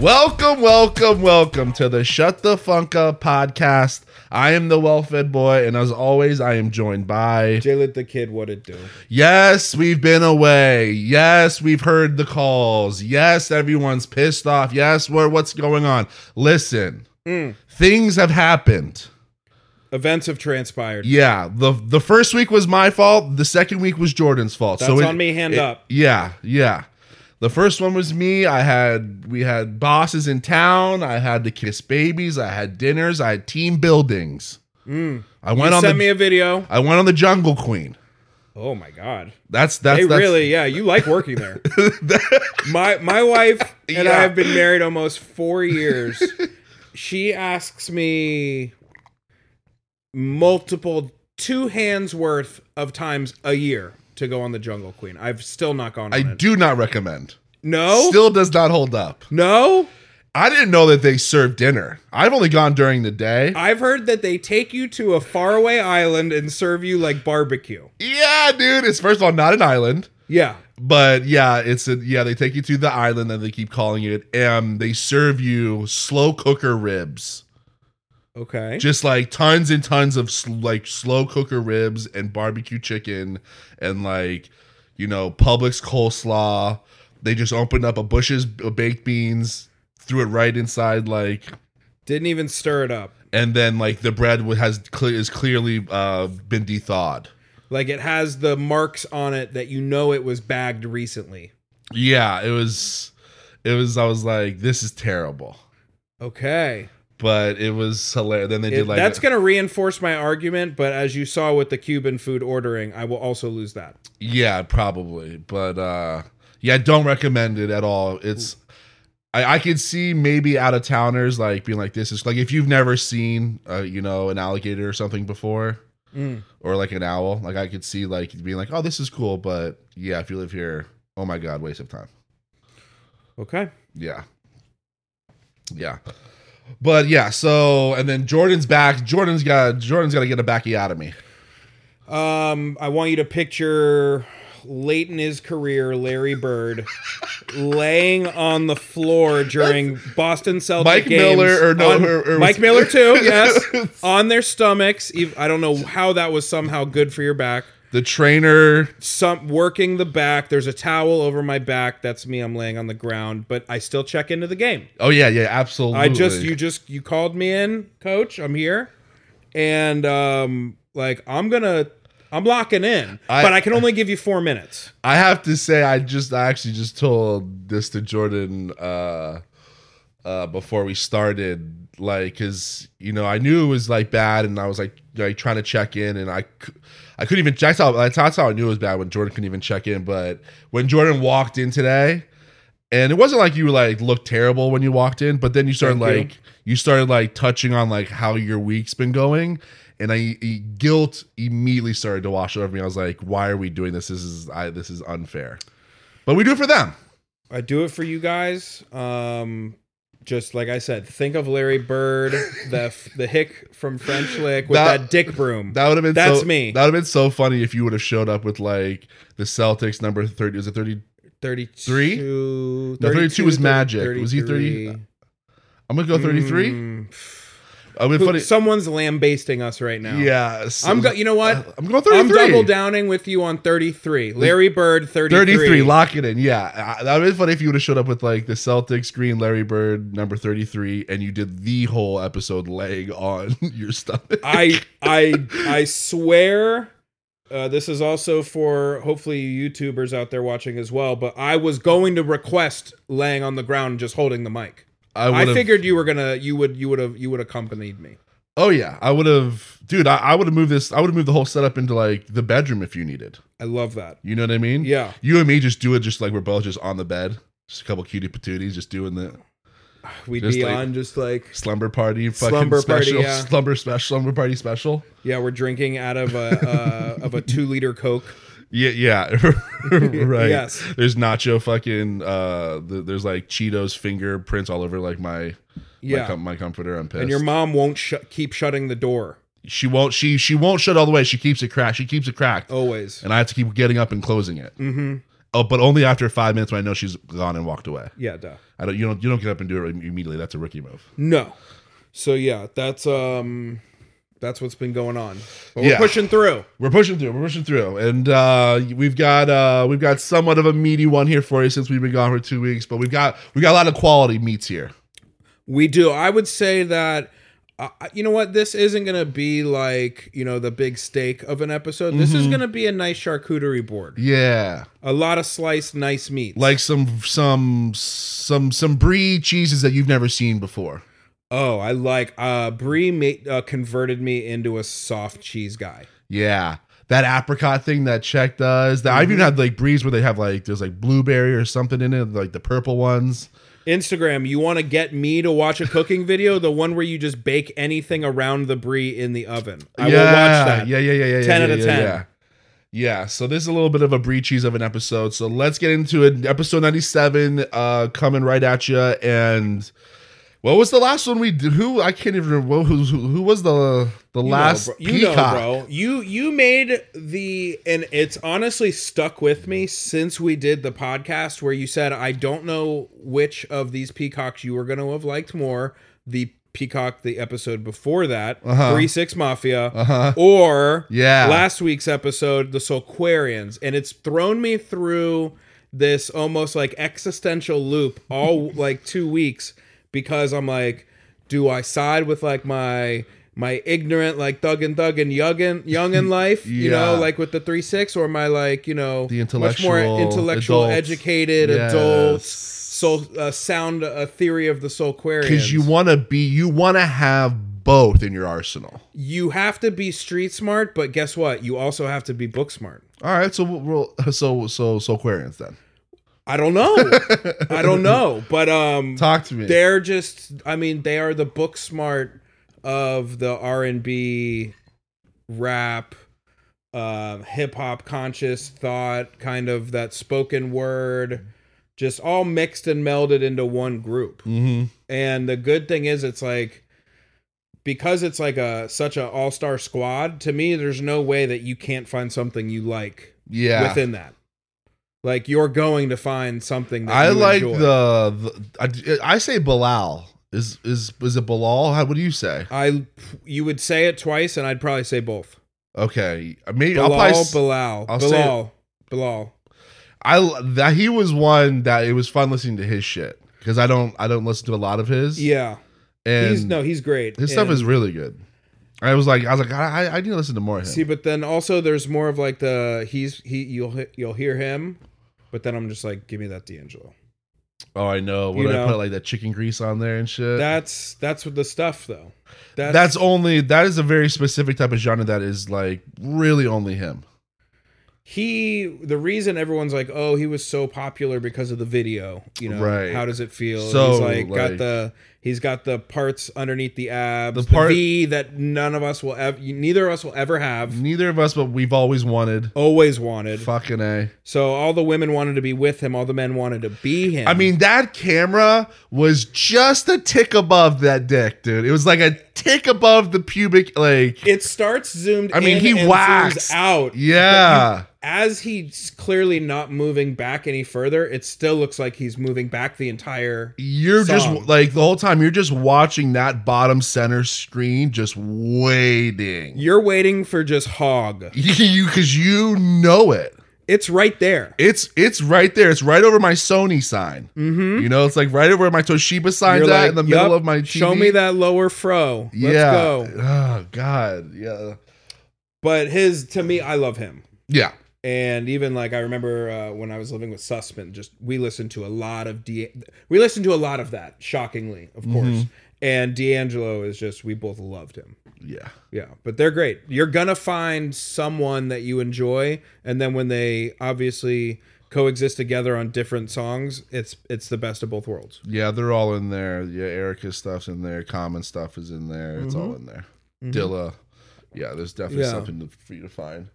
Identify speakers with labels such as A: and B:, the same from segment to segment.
A: Welcome, welcome, welcome to the Shut the Funk Up podcast. I am the well fed boy, and as always, I am joined by.
B: Jalen the kid, what it do?
A: Yes, we've been away. Yes, we've heard the calls. Yes, everyone's pissed off. Yes, what, what's going on? Listen,
B: Mm.
A: things have happened.
B: Events have transpired.
A: Yeah, the the first week was my fault. The second week was Jordan's fault.
B: That's on me, hand up.
A: Yeah, yeah. The first one was me. I had we had bosses in town. I had to kiss babies. I had dinners. I had team buildings. I went
B: Mm. You
A: on the
B: sent me a video.
A: I went on the Jungle Queen.
B: Oh my god.
A: That's that's,
B: They
A: that's
B: really, yeah, you like working there. my my wife and
A: Yeah.
B: I have been married almost four years. she asks me multiple two hands worth of times a year to go on the Jungle Queen. I've still not gone. On
A: I
B: it.
A: do not recommend.
B: no,
A: Still does not hold up.
B: no.
A: I didn't know that they served dinner. I've only gone during the day.
B: I've heard that they take you to a faraway island and serve you like barbecue.
A: Yeah, dude. It's first of all not an island.
B: Yeah,
A: But yeah, it's a yeah. They take you to the island and they keep calling it, and they serve you slow cooker ribs,
B: okay.
A: just like tons and tons of sl- like slow cooker ribs and barbecue chicken and like you know Publix coleslaw. They just opened up a Bush's b- baked beans, threw it right inside like,
B: Didn't even stir it up.
A: and then like the bread wa- has cle- is clearly uh, been thawed.
B: Like it has the marks on it that you know it was bagged recently.
A: Yeah, it was, it was. I was like, this is terrible.
B: Okay.
A: but it was hilarious. Then they
B: It-
A: did like
B: that's going to reinforce my argument, but as you saw with the Cuban food ordering, I will also lose that.
A: yeah, probably, but uh, yeah, don't recommend it at all. It's I, I could see maybe out of towners like being like this is like if you've never seen uh, you know an alligator or something before
B: Mm.
A: or like an owl, like I could see like being like oh this is cool, but yeah, if you live here, oh my god, waste of time.
B: Okay.
A: Yeah. Yeah. But yeah, so and then Jordan's back. Jordan's got Jordan's got to get a backiotomy.
B: Um, I want you to picture late in his career, Larry Bird laying on the floor during Boston Celtics
A: Mike
B: games
A: Miller or no,
B: on-
A: or- or-
B: Mike Miller too, yes, on their stomachs. Ev- I don't know how that was somehow good for your back.
A: The trainer
B: some working the back. There's a towel over my back. That's me. I'm laying on the ground, but I still check into the game.
A: Oh yeah, yeah, absolutely.
B: I just you just you called me in, coach. I'm here, and um, like I'm gonna I'm locking in,
A: I-
B: but I can only give you four minutes.
A: I have to say, I just I actually just told this to Jordan uh, uh, before we started, like, cause you know I knew it was like bad, and I was like like trying to check in, and I cou- I couldn't even. That's how that's how I knew it was bad when Jordan couldn't even check in. But when Jordan walked in today, and it wasn't like you like looked terrible when you walked in, but then you started
B: Thank you.
A: like you started like touching on like how your week's been going and i e- guilt immediately started to wash over me i was like why are we doing this this is i this is unfair but we do it for them
B: I do it for you guys. Um, just like I said, think of Larry Bird, the the hick from French Lick with
A: That-
B: that, dick broom.
A: that would have been
B: That's
A: so,
B: me.
A: that would have been so funny if you would have showed up with like the celtics number 30 was it 30
B: 32,
A: No, 32 was Magic. Was he 30?
B: 33.
A: i'm gonna go 33
B: Mm.
A: i would
B: Who-
A: funny
B: Someone's lambasting us right now.
A: yeah Uh, so-
B: I'm go- you know what?
A: i'm going 33
B: I'm double downing with you on 33. Larry Bird 33.
A: 33 lock it in yeah I- that would have been funny if you would have showed up with like the celtics green larry bird number 33 and you did the whole episode laying on your stomach
B: I I I swear uh, this is also for hopefully you YouTubers out there watching as well, but I was going to request laying on the ground and just holding the mic. I,
A: would've-
B: figured you were going to you would you would have you would accompanied me.
A: Oh yeah, I would have, dude. I, I would have moved this. I would have moved the whole setup into like the bedroom if you needed.
B: I love that.
A: You know what I mean?
B: Yeah.
A: You and me just do it, just like we're both just on the bed, just a couple cutie patooties, just doing the
B: We'd
A: Just
B: be
A: like-
B: on just like
A: slumber party, fucking
B: Slumber party,
A: special,
B: yeah.
A: slumber special, slumber party special.
B: yeah, we're drinking out of a uh, of a 2 liter Coke.
A: Yeah, yeah, right.
B: Yes.
A: There's nacho fucking. uh th- There's like Cheetos fingerprints all over like my
B: Yeah.
A: my, com- my comforter. I'm pissed.
B: and your mom won't sh- keep shutting the door
A: she won't. She
B: Oh.
A: she won't shut all the way. She keeps it cracked. She keeps it cracked,
B: always.
A: and I have to keep getting up and closing it.
B: Mhm.
A: Oh, but only after five minutes when I know she's gone and walked away.
B: Yeah, duh.
A: I don't. You don't. You don't get up and do it immediately. That's a rookie move.
B: No. So yeah, that's um that's what's been going on. But we're
A: Yeah.
B: pushing through.
A: We're pushing through. We're pushing through, and uh, we've got uh, we've got somewhat of a meaty one here for you since we've been gone for two weeks. But we've got we got a lot of quality meats here.
B: We do. I would say that uh, you know what this isn't going to be like, you know, the big steak of an episode. This is going to be a nice charcuterie board.
A: Yeah,
B: A lot of sliced nice meat.
A: like some some some some brie cheeses that you've never seen before.
B: oh, I like uh Brie made, uh, converted me into a soft cheese guy.
A: Yeah. That apricot thing that Czech does. That I've even had like breeze where they have like there's like blueberry or something in it, like the purple ones.
B: Instagram, you want to get me to watch a cooking video, the one where you just bake anything around the brie in the oven. I will watch that.
A: Yeah, yeah, yeah, yeah.
B: 10
A: yeah,
B: out of
A: yeah,
B: 10.
A: Yeah. Yeah, so this is a little bit of a bree cheese of an episode. So let's get into it. Episode 97 uh coming right at you and what was the last one we did? Who I can't even remember who who, who was the the
B: You know,
A: last
B: bro- you know,
A: peacock?
B: bro. You you made the and it's honestly stuck with me since we did the podcast where you said I don't know which of these peacocks you were going to have liked more, the peacock the episode before that,
A: Uh-huh.
B: 3-6 Mafia,
A: Uh-huh.
B: or
A: Yeah.
B: last week's episode, the Solquarians, and it's thrown me through this almost like existential loop all like two weeks because I'm like, do I side with like my my ignorant like thug and thug and yuggin young in life, you know,
A: Yeah.
B: like with the three six, or my like you know
A: The
B: much
A: intellectual
B: more intellectual,
A: adult.
B: educated
A: Yes.
B: adult soul uh, sound uh, theory of the Solquarians
A: Cuz you want to be you want to have both in your arsenal.
B: you have to be street smart, but guess what? You also have to be book smart.
A: All right, so we'll, we'll so so so Aquarians then.
B: I don't know. I don't know. But um
A: Talk to me.
B: they're just I mean, they are the book smart of the R and B rap, um, hip hop conscious thought, kind of that spoken word, just all mixed and melded into one group.
A: hmm
B: And the good thing is it's like because it's like a such a all-star squad, to me there's no way that you can't find something you like
A: Yeah,
B: within that. Like you're going to find something that
A: I
B: you
A: like
B: enjoy.
A: the, the I, I say Balal is is is it Balal? How what do you say?
B: I you would say it twice and I'd probably say both.
A: Okay, maybe I'll probably
B: Bilal,
A: s-
B: Bilal,
A: I'll say
B: Bilal, Bilal.
A: I that he was one that it was fun listening to his shit because I don't I don't listen to a lot of his.
B: Yeah.
A: and
B: he's no, he's great.
A: his stuff
B: And-
A: is really good. I was like I was like I I, I need to listen to more of him.
B: See, but then also there's more of like the he's he you'll he- you'll hear him, but then I'm just like give me that D'Angelo.
A: oh, I know. What
B: you
A: did I
B: know.
A: put like that chicken grease on there and shit?
B: That's that's what the stuff though. That's,
A: Uh, that's only that is a very specific type of genre that is like really only him.
B: he the reason everyone's like oh he was so popular because of the video you know
A: Right.
B: how does it feel And
A: So,
B: he's like, got
A: like-
B: the he's got the parts underneath the abs
A: The
B: the,
A: part-
B: v that none of us will ever neither of us will ever have
A: Neither of us, but we've always wanted.
B: always wanted
A: Fucking a.
B: so all the women wanted to be with him all the men wanted to be him
A: I mean, that camera was just a tick above that dick, dude. It was like a tick above the pubic, like
B: it starts zoomed
A: I mean,
B: in
A: he
B: and zooms
A: waxed.
B: out
A: yeah,
B: as he's clearly not moving back any further it still looks like he's moving back the entire
A: you're
B: Song.
A: just like the whole time you're just watching that bottom center screen, just waiting.
B: you're waiting for just hog
A: You because you know it.
B: it's right there
A: It's it's right there. It's right over my Sony sign.
B: Mm-hmm.
A: You know, it's like right over where my Toshiba sign's at in the middle of my TV.
B: Show me that lower fro. Let's
A: yeah.
B: go.
A: Oh God. Yeah.
B: But his, to me, I love him.
A: Yeah.
B: And even like I remember uh, when I was living with Sussman, just we listened to a lot of D. We listened to a lot of that. Shockingly,
A: Mm-hmm.
B: of course. And D'Angelo is just we both loved him.
A: Yeah.
B: Yeah, but they're great. You're gonna find someone that you enjoy, and then when they obviously coexist together on different songs, it's it's the best of both worlds.
A: Yeah, they're all in there. Yeah, Erica's stuff's in there. Common stuff is in there. It's all in there. Dilla. Yeah, there's definitely
B: Mm-hmm. Yeah.
A: something to, for you to find.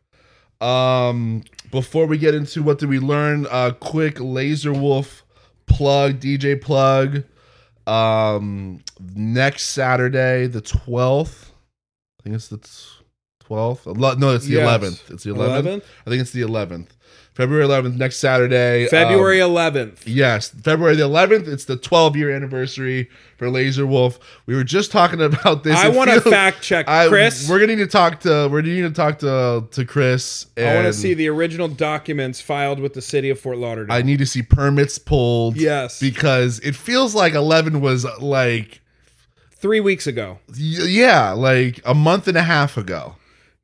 A: Um, before we get into what did we learn, uh, quick Laser Wolf plug, DJ plug. Um, next Saturday, the twelfth. I think it's the twelfth. No, it's the
B: Yes.
A: eleventh. It's the eleventh.
B: 11th?
A: I think it's the eleventh. February eleventh next Saturday. um,
B: February 11th.
A: Yes, February the 11th. It's the 12 year anniversary for Laser Wolf. We were just talking about this.
B: I
A: It
B: want to
A: feels-
B: fact check
A: I-
B: Chris.
A: We're gonna need to talk to. We're gonna need to talk to to Chris. And
B: I want to see the original documents filed with the city of Fort Lauderdale.
A: I need to see permits pulled.
B: Yes.
A: because it feels like 11 was like
B: Three weeks ago.
A: y- yeah, like a month and a half ago.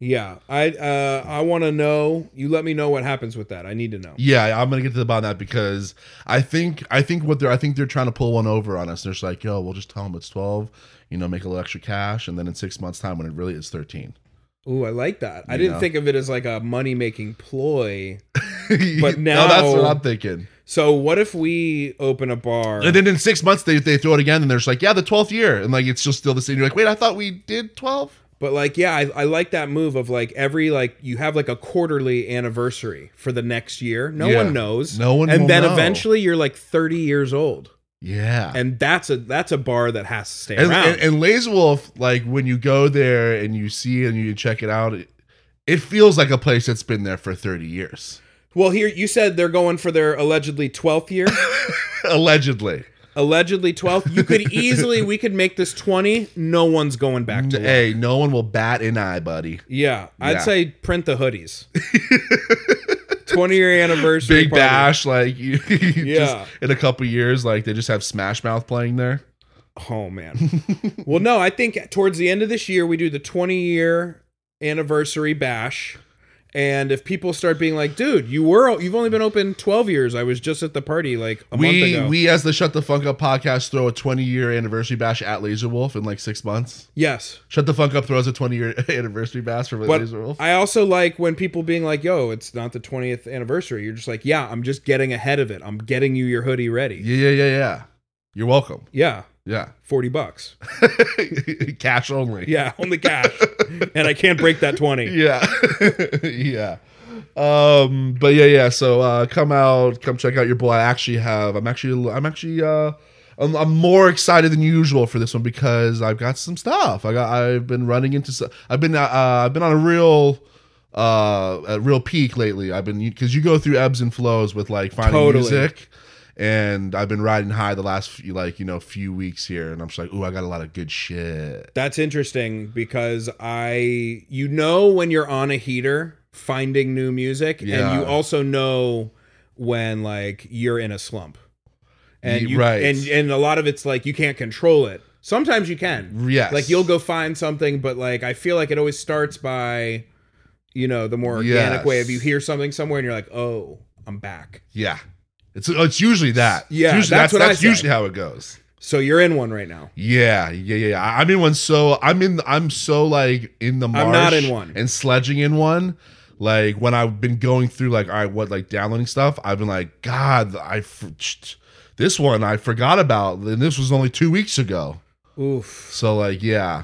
B: Yeah. I uh, I want to know. You let me know what happens with that. I need to know.
A: Yeah, I'm gonna get to the bottom of that because I think I think what they're I think they're trying to pull one over on us. They're just like, yo, we'll just tell them it's 12. You know, make a little extra cash, and then in six months' time, when it really is 13.
B: Ooh, I like that. I
A: You
B: didn't
A: know.
B: think of it as like a money making ploy. But
A: no, that's what
B: now-
A: I'm thinking.
B: So what if we open a bar?
A: And then in six months they, they throw it again and they're just like, yeah, the twelfth year, and like it's just still the same. You're like, wait, I thought we did twelve.
B: But like, yeah, I, I like that move of like every like you have like a quarterly anniversary for the next year. No
A: Yeah.
B: one knows.
A: No one
B: And
A: will
B: then
A: know.
B: eventually you're like 30 years old,
A: Yeah. And
B: and that's a that's a bar that has to stay
A: and,
B: around.
A: and, Laser Wolf, like when you go there and you see it and you check it out, it, it feels like a place that's been there for thirty years,
B: well, here you said they're going for their allegedly 12th year.
A: allegedly.
B: allegedly 12th. You could easily we could make this 20. No one's going back to it.
A: Hey, no one will bat an eye, buddy.
B: Yeah, I'd
A: Mm, eh, Yeah.
B: say print the hoodies. 20 year anniversary
A: Big
B: party.
A: bash, like you, you
B: Yeah.
A: just in a couple years, like they just have Smash Mouth playing there.
B: Oh man. well, no, I think towards the end of this year we do the 20 year anniversary bash. And if people start being like, "Dude, you were you've only been open 12 years. I was just at the party like a month
A: we
B: ago."
A: we as the Shut the Funk Up podcast throw a 20 year anniversary bash at Laser Wolf in like six months.
B: yes.
A: Shut the Funk Up throws a 20 year anniversary bash for
B: But
A: Laser Wolf.
B: I also like when people being like, "Yo, it's not the 20th anniversary." You're just like, "Yeah, I'm just getting ahead of it. I'm getting you your hoodie ready."
A: yeah, yeah, yeah, yeah. You're welcome.
B: Yeah,
A: Yeah.
B: 40 bucks.
A: Cash only.
B: Yeah, only cash. and I can't break that 20.
A: Yeah. yeah. Um, but yeah, yeah. So uh come out, come check out your boy. I actually have I'm actually I'm actually uh I'm, I'm more excited than usual for this one because I've got some stuff. I got I've been running into s- I've been uh, uh, I've been on a real uh a real peak lately. I've been cuz you go through ebbs and flows with like finding
B: Totally.
A: music and I've been riding high the last few, like, you know, few weeks here and I'm just like, "Ooh, I got a lot of good shit."
B: That's interesting because I you know when you're on a heater finding new music
A: Yeah.
B: and you also know when like you're in a slump. And
A: Ye-
B: you,
A: right.
B: and and a lot of it's like you can't control it. Sometimes you can.
A: Yes.
B: Like you'll go find something but like I feel like it always starts by you know the more organic
A: Yes.
B: way of you hear something somewhere and you're like, "Oh, I'm back."
A: Yeah. It's oh, it's usually that. It's
B: Yeah,
A: usually, that's,
B: that's what I
A: that's
B: said.
A: usually how it goes.
B: So you're in one right now.
A: Yeah, yeah, yeah. yeah. I- I'm in one. So I'm in. I'm so like in the. Marsh
B: I'm not in one.
A: And sledging in one. Like when I've been going through like all right, what like downloading stuff. I've been like, God, I. for- This one I forgot about, and this was only two weeks ago.
B: Oof.
A: So like, yeah,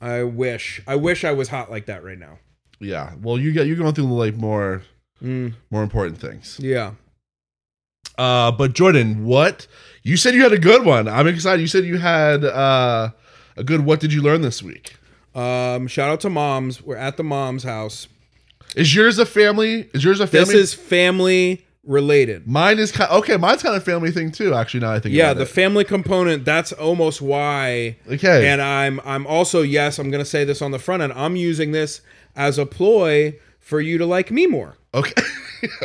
B: I wish. I wish I was hot like that right now.
A: yeah. Well, you get you're going through like more
B: Mm,
A: more important things.
B: yeah.
A: Uh, but Jordan, what you said you had a good one. I'm excited. You said you had uh, a good. What did you learn this week?
B: Um, shout out to moms. We're at the mom's house.
A: Is yours a family? Is yours a family?
B: This is family related.
A: Mine is kind okay. Mine's kind of a family thing too. Actually, now I think.
B: Yeah,
A: about
B: the
A: it.
B: family component. That's almost why.
A: okay.
B: And I'm I'm also yes. I'm gonna say this on the front end. I'm using this as a ploy for you to like me more.
A: okay.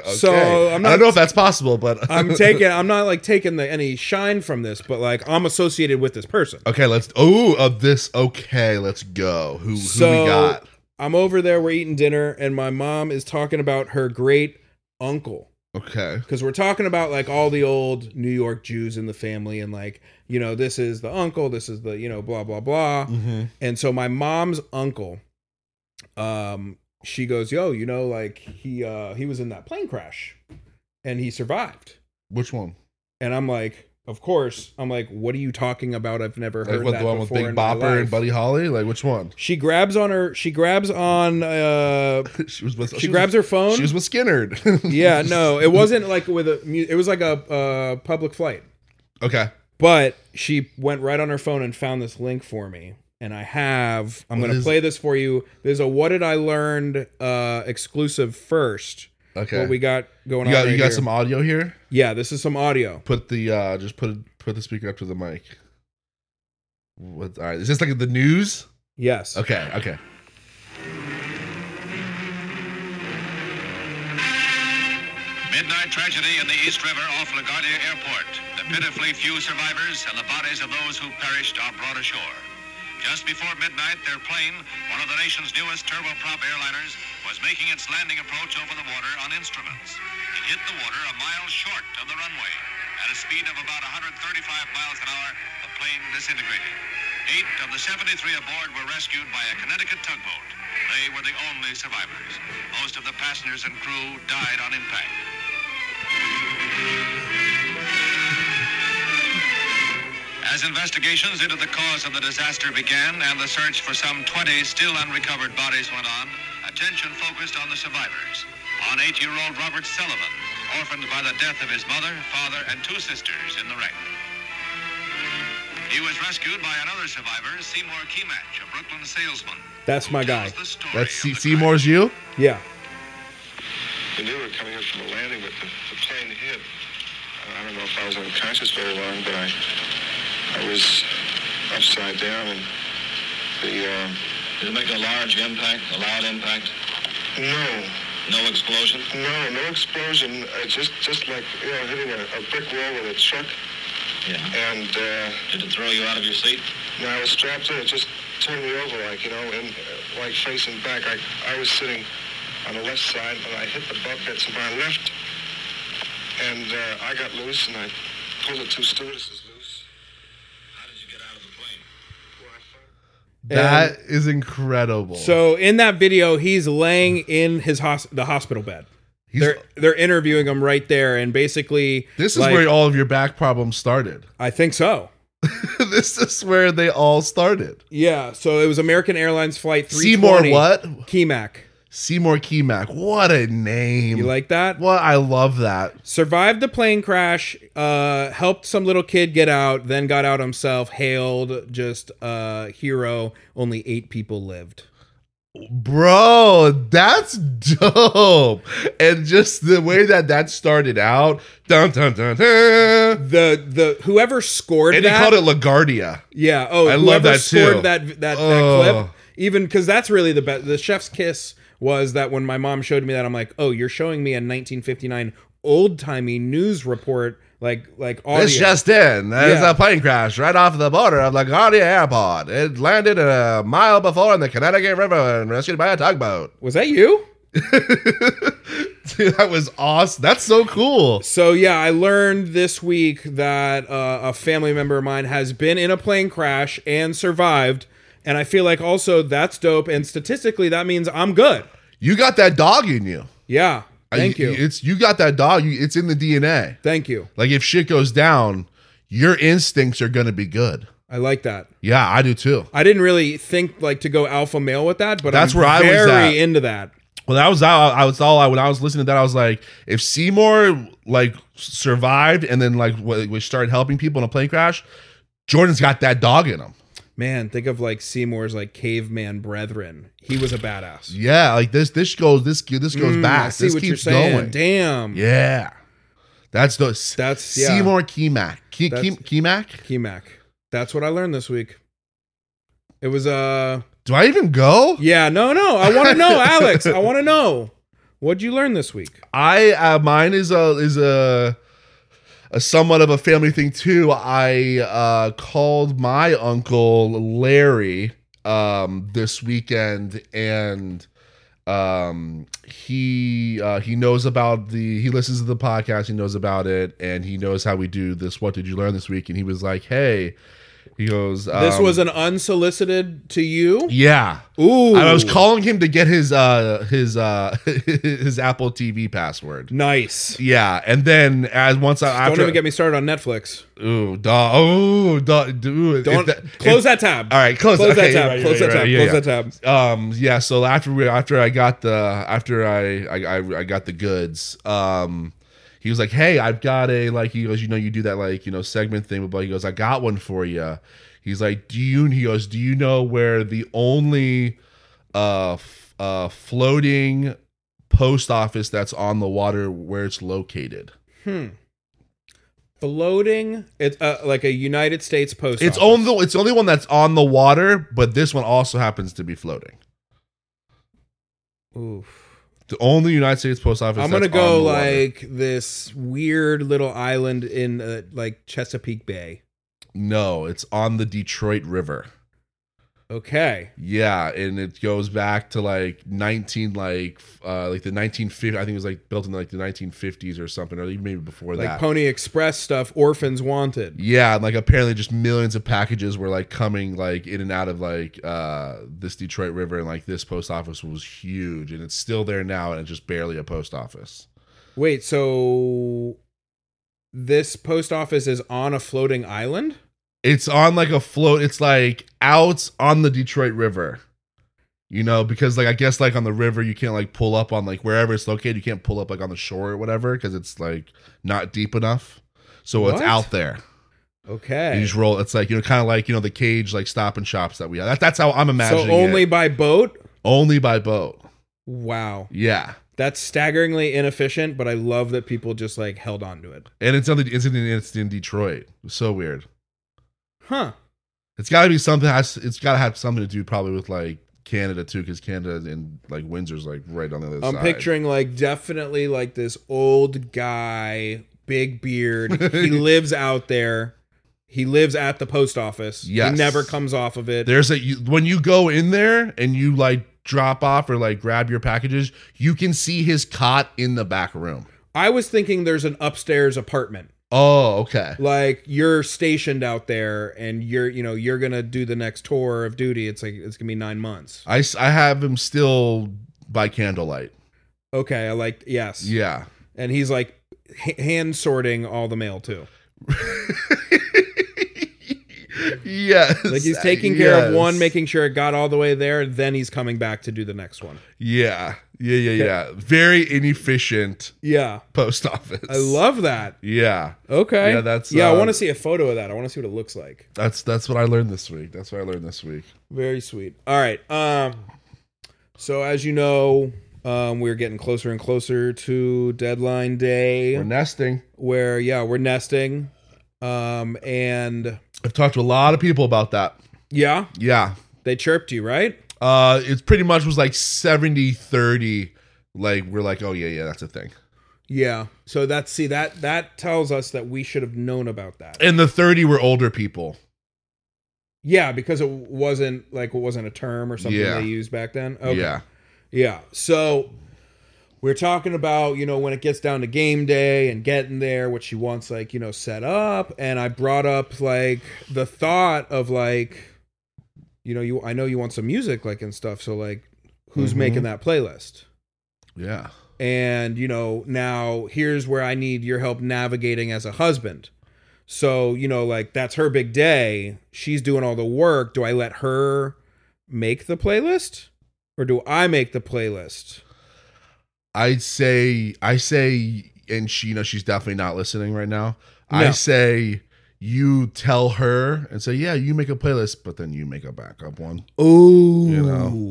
B: So,
A: Okay.
B: I'm
A: I
B: not-
A: don't know if that's possible, but
B: I'm taking. I'm not like taking the, any shine from this, but like I'm associated with this person.
A: okay. Let's. Oh, of this. Okay, let's go. Who? Who
B: So
A: we got?
B: I'm over there. We're eating dinner, and my mom is talking about her great uncle.
A: Okay.
B: because we're talking about like all the old New York Jews in the family, and like you know, this is the uncle, this is the you know, blah blah blah.
A: Mm-hmm.
B: And so my mom's uncle, um, she goes, "Yo, you know, like he uh he was in that plane crash, and he survived."
A: Which one?
B: And I'm like, "Of course." I'm like, "What are you talking about? I've never heard
A: Like what
B: that
A: the one with
B: before."
A: Big
B: in my
A: Bopper and
B: life."
A: Buddy Holly? Like which one?
B: She grabs on her. She grabs on. uh
A: she was with.
B: She, grabs her phone.
A: She was with Skinnerd.
B: yeah, no, it wasn't like with a. mu- It was like a uh, public flight.
A: Okay.
B: But she went right on her phone and found this link for me. and I have. I'm
A: What
B: going to
A: is
B: play this for you. There's a what did I learned uh, exclusive first.
A: Okay.
B: What we got going
A: you
B: on?
A: got
B: right
A: you got
B: here.
A: some audio here.
B: Yeah, this is some audio.
A: Put the uh just put put the speaker up to the mic. What? All right. Is this like the news?
B: Yes.
A: Okay. Okay.
C: Midnight tragedy in the East River off LaGuardia Airport. The pitifully few survivors and the bodies of those who perished are brought ashore. Just before midnight, their plane, one of the nation's newest turboprop airliners, was making its landing approach over the water on instruments. It hit the water a mile short of the runway. At a speed of about 135 miles an hour, the plane disintegrated. Eight of the 73 aboard were rescued by a Connecticut tugboat. They were the only survivors. Most of the passengers and crew died on impact. As investigations into the cause of the disaster began and the search for some 20 still unrecovered bodies went on, attention focused on the survivors. On eight-year-old Robert Sullivan, orphaned by the death of his mother, father, and two sisters in the wreck. He was rescued by another survivor, Seymour Kematch, a Brooklyn salesman.
B: That's my guy.
C: Tells the story
A: That's
C: of
A: Se-
C: the
A: Seymour's you.
B: Yeah.
D: I knew we were coming up from a landing, but the, the plane hit. I don't know if I was unconscious very long, but I, I was upside down, and the um,
E: Did it make a large impact, a loud impact?
D: no,
E: No explosion?
D: no, no explosion. Uh, just, just like you know, hitting a, a brick wall with a truck,
E: Yeah.
D: and uh,
E: Did it throw you out of your seat?
D: you know, I was strapped in. It just turned me over, like you know, and uh, like facing back. Like I was sitting on the left side, and I hit the bulkhead to my left, and uh, I got loose, and I pulled the two stewardesses loose.
E: How did you get out of the plane?
D: Well, I found-
A: That is incredible.
B: So in that video, he's laying in his hos- the hospital bed.
A: He's-
B: they're they're interviewing him right there, and basically
A: this is
B: like,
A: where all of your back problems started.
B: I think so.
A: this is where they all started.
B: Yeah. So it was American Airlines flight three.
A: Seymour what?
B: Kemac.
A: Seymour Kemac. What a name.
B: You like that?
A: What I love that.
B: Survived the plane crash. Uh, helped some little kid get out. Then got out himself. Hailed just uh, hero. Only eight people lived.
A: Bro, that's dope. And just the way that that started out, dun dun dun dun.
B: The the whoever scored
A: And they
B: that,
A: called it LaGuardia.
B: Yeah. Oh,
A: I
B: I
A: love
B: whoever
A: that
B: scored
A: too.
B: that that, that
A: Oh.
B: clip, even because that's really the best. The chef's kiss was that when my mom showed me that, I'm like, oh, you're showing me a 1959 old timey news report, like like audio.
A: It's just in. There's
B: Yeah.
A: a plane crash right off the border of LaGuardia Airport. It landed a mile before in the Connecticut River and rescued by a tugboat.
B: was that you?
A: Dude, that was awesome. That's so cool.
B: So yeah, I learned this week that uh, a family member of mine has been in a plane crash and survived, and I feel like also that's dope. And statistically, that means I'm good.
A: You got that dog in you.
B: Yeah. Thank
A: I-
B: you.
A: It's you got that dog. You, it's in the DNA.
B: Thank you.
A: Like if shit goes down, your instincts are gonna be good.
B: I like that.
A: Yeah, I do too.
B: I didn't really think like to go alpha male with that, but
A: That's
B: I'm
A: where I was
B: very
A: at.
B: into that.
A: Well, that was how I was all I when I was listening to that. I was like, if Seymour like survived and then like wa- we started helping people in a plane crash, Jordan's got that dog in him.
B: Man, think of like Seymour's like caveman brethren. He was a badass.
A: Yeah, like this this goes this this goes
B: Mm,
A: back.
B: I see
A: this
B: what you're
A: keeps
B: saying.
A: going.
B: Damn.
A: Yeah, that's the
B: That's yeah. Seymour
A: Seymour Kemac. Ke-
B: That's-
A: Ke- Kemac.
B: Kemac. That's what I learned this week. It was uh
A: Do I even go?
B: yeah, no, no. I want to know, Alex. I want to know. What'd you learn this week?
A: I uh, mine is a is a a somewhat of a family thing too. I uh, called my uncle Larry um, this weekend, and um, he uh, he knows about the he listens to the podcast. He knows about it, and he knows how we do this. What did you learn this week? And he was like, "Hey," he goes,
B: This
A: um,
B: was an unsolicited to you.
A: yeah."
B: Ooh.
A: And I was calling him to get his uh his uh his Apple TV password.
B: Nice.
A: Yeah, and then as once I
B: Don't
A: after
B: even get me started on Netflix.
A: ooh dog ooh dog dude
B: Don't close that tab.
A: all right close
B: Close
A: okay,
B: that tab.
A: right,
B: close
A: right,
B: that tab.
A: right, yeah,
B: close
A: yeah.
B: that tab.
A: um yeah so after we after I got the after I I I, I got the goods um. He was like, "Hey, I've got a like." He goes, "You know, you do that like you know segment thing, but he goes, I got one for you." He's like, do you? He goes, do you know where the only uh, f- uh, floating post office that's on the water where it's located?
B: Hmm. Floating, it's uh, like a United States post.
A: It's
B: office.
A: on the it's the only one that's on the water, but this one also happens to be floating.
B: Oof.
A: The only United States post office.
B: I'm gonna
A: that's on
B: go
A: the water.
B: like this weird little island in uh, like Chesapeake Bay.
A: no, it's on the Detroit River.
B: Okay,
A: Yeah, and it goes back to like 19 like f- uh like the 1950 I think it was like built in like the 1950s or something or even maybe before
B: like
A: that.
B: Pony Express stuff. Orphans wanted.
A: yeah, and like apparently just millions of packages were like coming like in and out of like uh this Detroit River and like this post office was huge and it's still there now and it's just barely a post office.
B: Wait, so this post office is on a floating island?
A: It's on like a float. It's like out on the Detroit River. You know, because like I guess like on the river you can't like pull up on like wherever it's located, you can't pull up like on the shore or whatever because it's like not deep enough. So it's
B: What?
A: out there. You
B: Okay,
A: just roll. It's like you know, kind of like you know the cage like stop and shops that we have. That, that's how I'm imagining.
B: so only
A: it.
B: by boat.
A: only by boat.
B: Wow,
A: Yeah,
B: that's staggeringly inefficient, but I love that people just like held on to it.
A: and it's on the, it's in it's in Detroit. It's so weird.
B: Huh.
A: It's got to be something. has- It's got to have something to do probably with like Canada too, because Canada and like Windsor's like right on the other
B: I'm
A: side.
B: picturing like definitely like this old guy, big beard. He lives out there. He lives at the post office.
A: Yes.
B: He never comes off of it.
A: There's a you, when you go in there and you like drop off or like grab your packages, you can see his cot in the back room.
B: I was thinking there's an upstairs apartment.
A: Oh, okay.
B: Like you're stationed out there and you're, you know, you're going to do the next tour of duty. It's like it's going to be 9 months.
A: I s- I have him still by candlelight.
B: Okay, I like yes.
A: Yeah.
B: And he's like h- hand sorting all the mail too.
A: yes.
B: Like he's taking care of
A: yes.
B: one, making sure it got all the way there, then he's coming back to do the next one.
A: Yeah. Yeah, yeah, yeah. Very inefficient
B: Yeah.
A: post office.
B: I love that.
A: Yeah.
B: Okay.
A: Yeah, that's,
B: yeah.
A: uh,
B: I want to see a photo of that. I want to see what it looks like.
A: That's that's what I learned this week. That's what I learned this week.
B: Very sweet. All right. Um. So as you know, um, we're getting closer and closer to deadline
A: We're
B: day,
A: nesting.
B: where yeah, we're nesting, um, and
A: I've talked to a lot of people about that.
B: yeah,
A: Yeah.
B: they chirped you right.
A: Uh, it pretty much was like 70 30. Like, we're like, oh, yeah, yeah, that's a thing.
B: Yeah. So that's see that that tells us that we should have known about that.
A: And the 30 were older people.
B: Yeah, because it wasn't like it wasn't a term or something
A: Yeah.
B: they used back then. Okay.
A: Yeah.
B: Yeah. So we're talking about, you know, when it gets down to game day and getting there, what she wants, like, you know, set up. And I brought up, like, the thought of, like, you know, you I know you want some music, like, and stuff. So, like, who's
A: Mhm.
B: making that playlist?
A: Yeah.
B: And, you know, now here's where I need your help navigating as a husband. So, you know, like, that's her big day. She's doing all the work. Do I let her make the playlist? Or do I make the playlist?
A: I'd say, I say, and she, you know, she's definitely not listening right now. I
B: No.
A: say, you tell her and say, yeah, you make a playlist, but then you make a backup one.
B: Oh,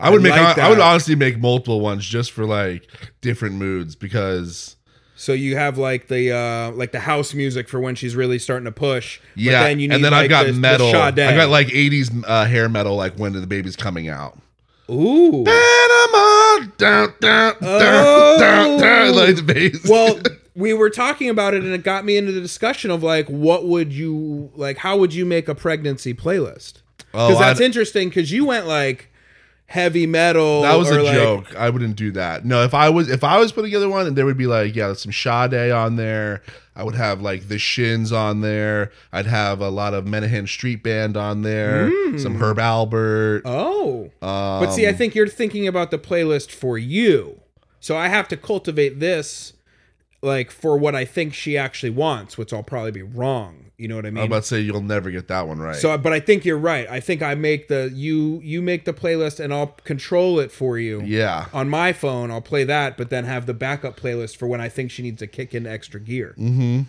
A: I would
B: I
A: make,
B: like
A: I, I would
B: that.
A: honestly make multiple ones just for like different moods because
B: So you have like the uh like the house music for when she's really starting to push. but
A: Yeah,
B: then you need
A: and then I've
B: like
A: got
B: the- the
A: metal. I
B: Sade.
A: got like '80s uh, hair metal, like when the baby's coming out.
B: ooh.
A: Panama, dun, dun, dun, dun, dun,
B: Oh.
A: like the bass.
B: well, we were talking about it, and it got me into the discussion of like, what would you like? How would you make a pregnancy playlist?
A: oh,
B: Because that's
A: I-
B: interesting. Because you went like heavy metal.
A: That was
B: or,
A: a
B: like-
A: joke. I wouldn't do that. No, if I was if I was putting together one, and there would be like yeah, some Sade on there. I would have like the Shins on there. I'd have a lot of Menahan Street Band on there.
B: Mm.
A: Some Herb Albert.
B: Oh,
A: um,
B: but see, I think you're thinking about the playlist for you. So I have to cultivate this, like for what I think she actually wants, which I'll probably be wrong. You know what I
A: I'm
B: mean?
A: about to say you'll never get that one right.
B: So, but I think you're right. I think I make the you you make the playlist, and I'll control it for you.
A: yeah.
B: on my phone, I'll play that, but then have the backup playlist for when I think she needs to kick in extra gear.
A: Mm-hmm.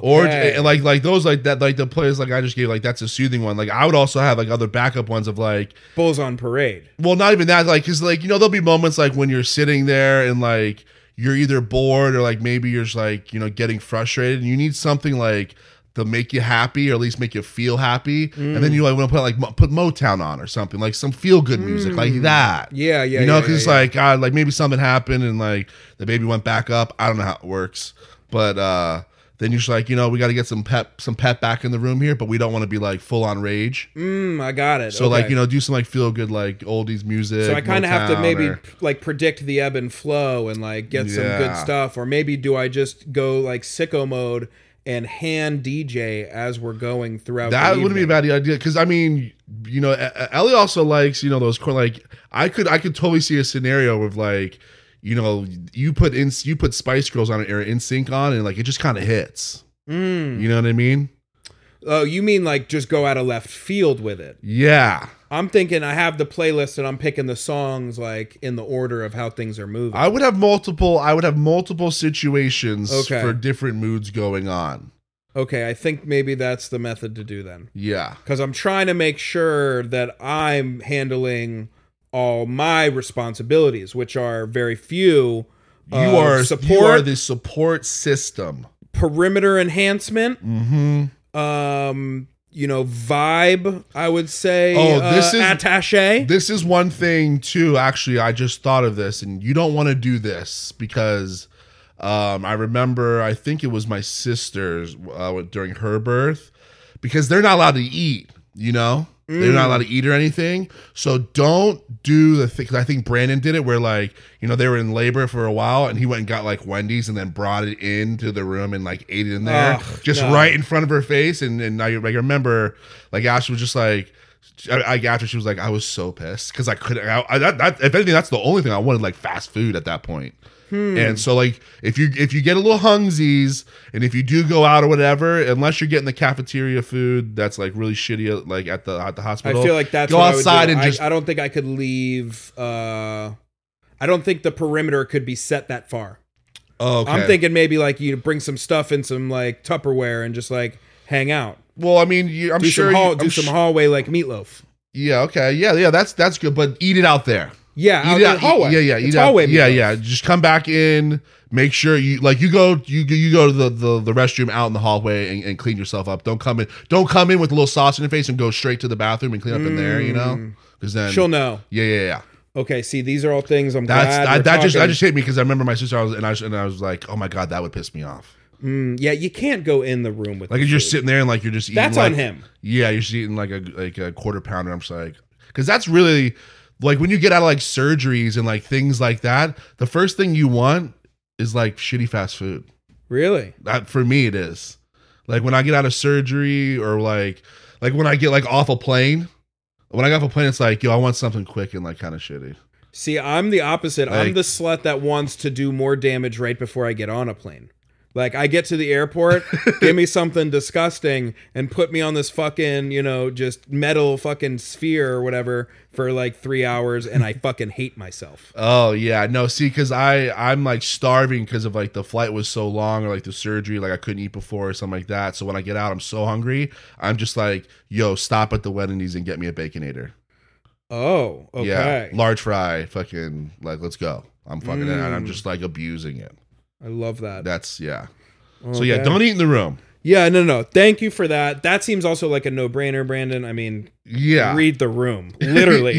A: Or
B: Okay.
A: and like like those like that like the players like I just gave like that's a soothing one. Like I would also have like other backup ones of like
B: Bulls on parade.
A: well not even that like because like you know there'll be moments like when you're sitting there and like you're either bored or like maybe you're just like you know getting frustrated and you need something like to make you happy or at least make you feel happy and
B: Mm.
A: then you like want to put like mo- put Motown on or something like some feel good music like that
B: Yeah, Mm. yeah,
A: you know
B: yeah,
A: because
B: yeah, yeah.
A: like God like maybe something happened and like the baby went back up I don't know how it works but uh then you're just like you know we got to get some pep some pep back in the room here but we don't want to be like full on rage
B: Mm, I got it.
A: so like
B: Okay.
A: you know, do some like feel good like oldies music.
B: So I kind of have to
A: Motown,
B: maybe
A: or-
B: like predict the ebb and flow and like get some good
A: Yeah.
B: stuff, or maybe do I just go like sicko mode and hand DJ as we're going throughout?
A: that
B: the
A: wouldn't be a
B: evening?
A: bad idea because I mean, you know, E- E- Ellie also likes you know those core like I could I could totally see a scenario with like you know you put in you put Spice Girls on or In Sync on and like it just kind of hits.
B: Mm.
A: You know what I mean?
B: Oh, you mean like just go out of left field with it?
A: Yeah,
B: I'm thinking I have the playlist and I'm picking the songs like in the order of how things are moving.
A: I would have multiple. I would have multiple situations
B: Okay.
A: for different moods going on.
B: okay, I think maybe that's the method to do then.
A: Yeah.
B: because I'm trying to make sure that I'm handling all my responsibilities, which are very few.
A: You
B: of
A: are
B: support,
A: you are the support system.
B: perimeter enhancement.
A: Mm-hmm.
B: Um, you know, vibe. I would say.
A: Oh,
B: uh,
A: this is-
B: attaché.
A: This is one thing too. Actually, I just thought of this, and you don't want to do this because um, I remember. I think it was my sister's uh, during her birth because they're not allowed to eat. You know, they're
B: Mm.
A: not allowed to eat or anything. So don't do the thing. 'cause I think Brandon did it where like you know they were in labor for a while, and he went and got like Wendy's and then brought it into the room and like ate it in there,
B: Ugh,
A: just
B: no.
A: right in front of her face. And and I like remember like Ash was just like. I, I after she was like, I was so pissed because I couldn't. I, I, that, that, if anything, that's the only thing I wanted, like fast food at that point.
B: Hmm.
A: And so, like, if you if you get a little hungsies, and if you do go out or whatever, unless you're getting the cafeteria food that's like really shitty, like at the at the
B: I
A: hospital,
B: feel like that's
A: go
B: what I, would
A: outside
B: do.
A: and
B: I-
A: just
B: I, don't think I could leave. Uh, I don't think the perimeter could be set that far.
A: oh, okay.
B: I'm thinking maybe like you bring some stuff in some like Tupperware and just like hang out.
A: Well, I mean, you, I'm
B: Do
A: sure
B: some hall,
A: you,
B: do
A: I'm
B: some
A: su-
B: hallway like meatloaf.
A: Yeah, okay, yeah, yeah. That's that's good, but eat it out there.
B: Yeah, out
A: Eat
B: in
A: it
B: the hallway.
A: Yeah, yeah,
B: It's
A: eat it out-
B: hallway
A: Yeah,
B: meatloaf.
A: yeah. Just come back in. Make sure you like you go you go- you go to the, the, the restroom out in the hallway and, and clean yourself up. Don't come in. Don't come in with a little sauce in your face and go straight to the bathroom and clean up in there. You know, because then
B: Mm. She'll know.
A: Yeah, yeah, yeah.
B: Okay, see, these are all things I'm
A: That's
B: glad.
A: I,
B: we're
A: that just that
B: talking-
A: just hit me because I remember my sister I was, and I was- and I was like, oh my god, that would piss me off.
B: Mm, yeah, you can't go in the room with
A: Like
B: the
A: you're
B: food.
A: sitting there and like you're just eating.
B: That's
A: like-
B: on him.
A: Yeah, you're just eating like a like a quarter pounder. I'm just like, because that's really like when you get out of like surgeries and like things like that. The first thing you want is like shitty fast food.
B: Really?
A: That for me it is. Like when I get out of surgery or like like when I get like off a plane. When I get off a plane, it's like yo, I want something quick and like kind of shitty.
B: See, I'm the opposite. I'm
A: Like-
B: the slut that wants to do more damage right before I get on a plane. Like I get to the airport, give me something disgusting, and put me on this fucking, you know, just metal fucking sphere or whatever for like three hours, and I fucking hate myself.
A: Oh yeah, no. See, because I I'm like starving because of like the flight was so long or like the surgery, like I couldn't eat before or something like that. So when I get out, I'm so hungry. I'm just like, yo, stop at the Wendy's and get me a baconator.
B: Oh, okay.
A: Yeah, large fry, fucking like, let's go. I'm fucking it, and I'm
B: Mm.
A: just like abusing it.
B: I love that.
A: That's yeah. So yeah,
B: Uh, Okay.
A: don't eat in the room.
B: Yeah, no, no. Thank you for that. That seems also like a no-brainer, Brandon. I mean,
A: Yeah,
B: read the room, literally.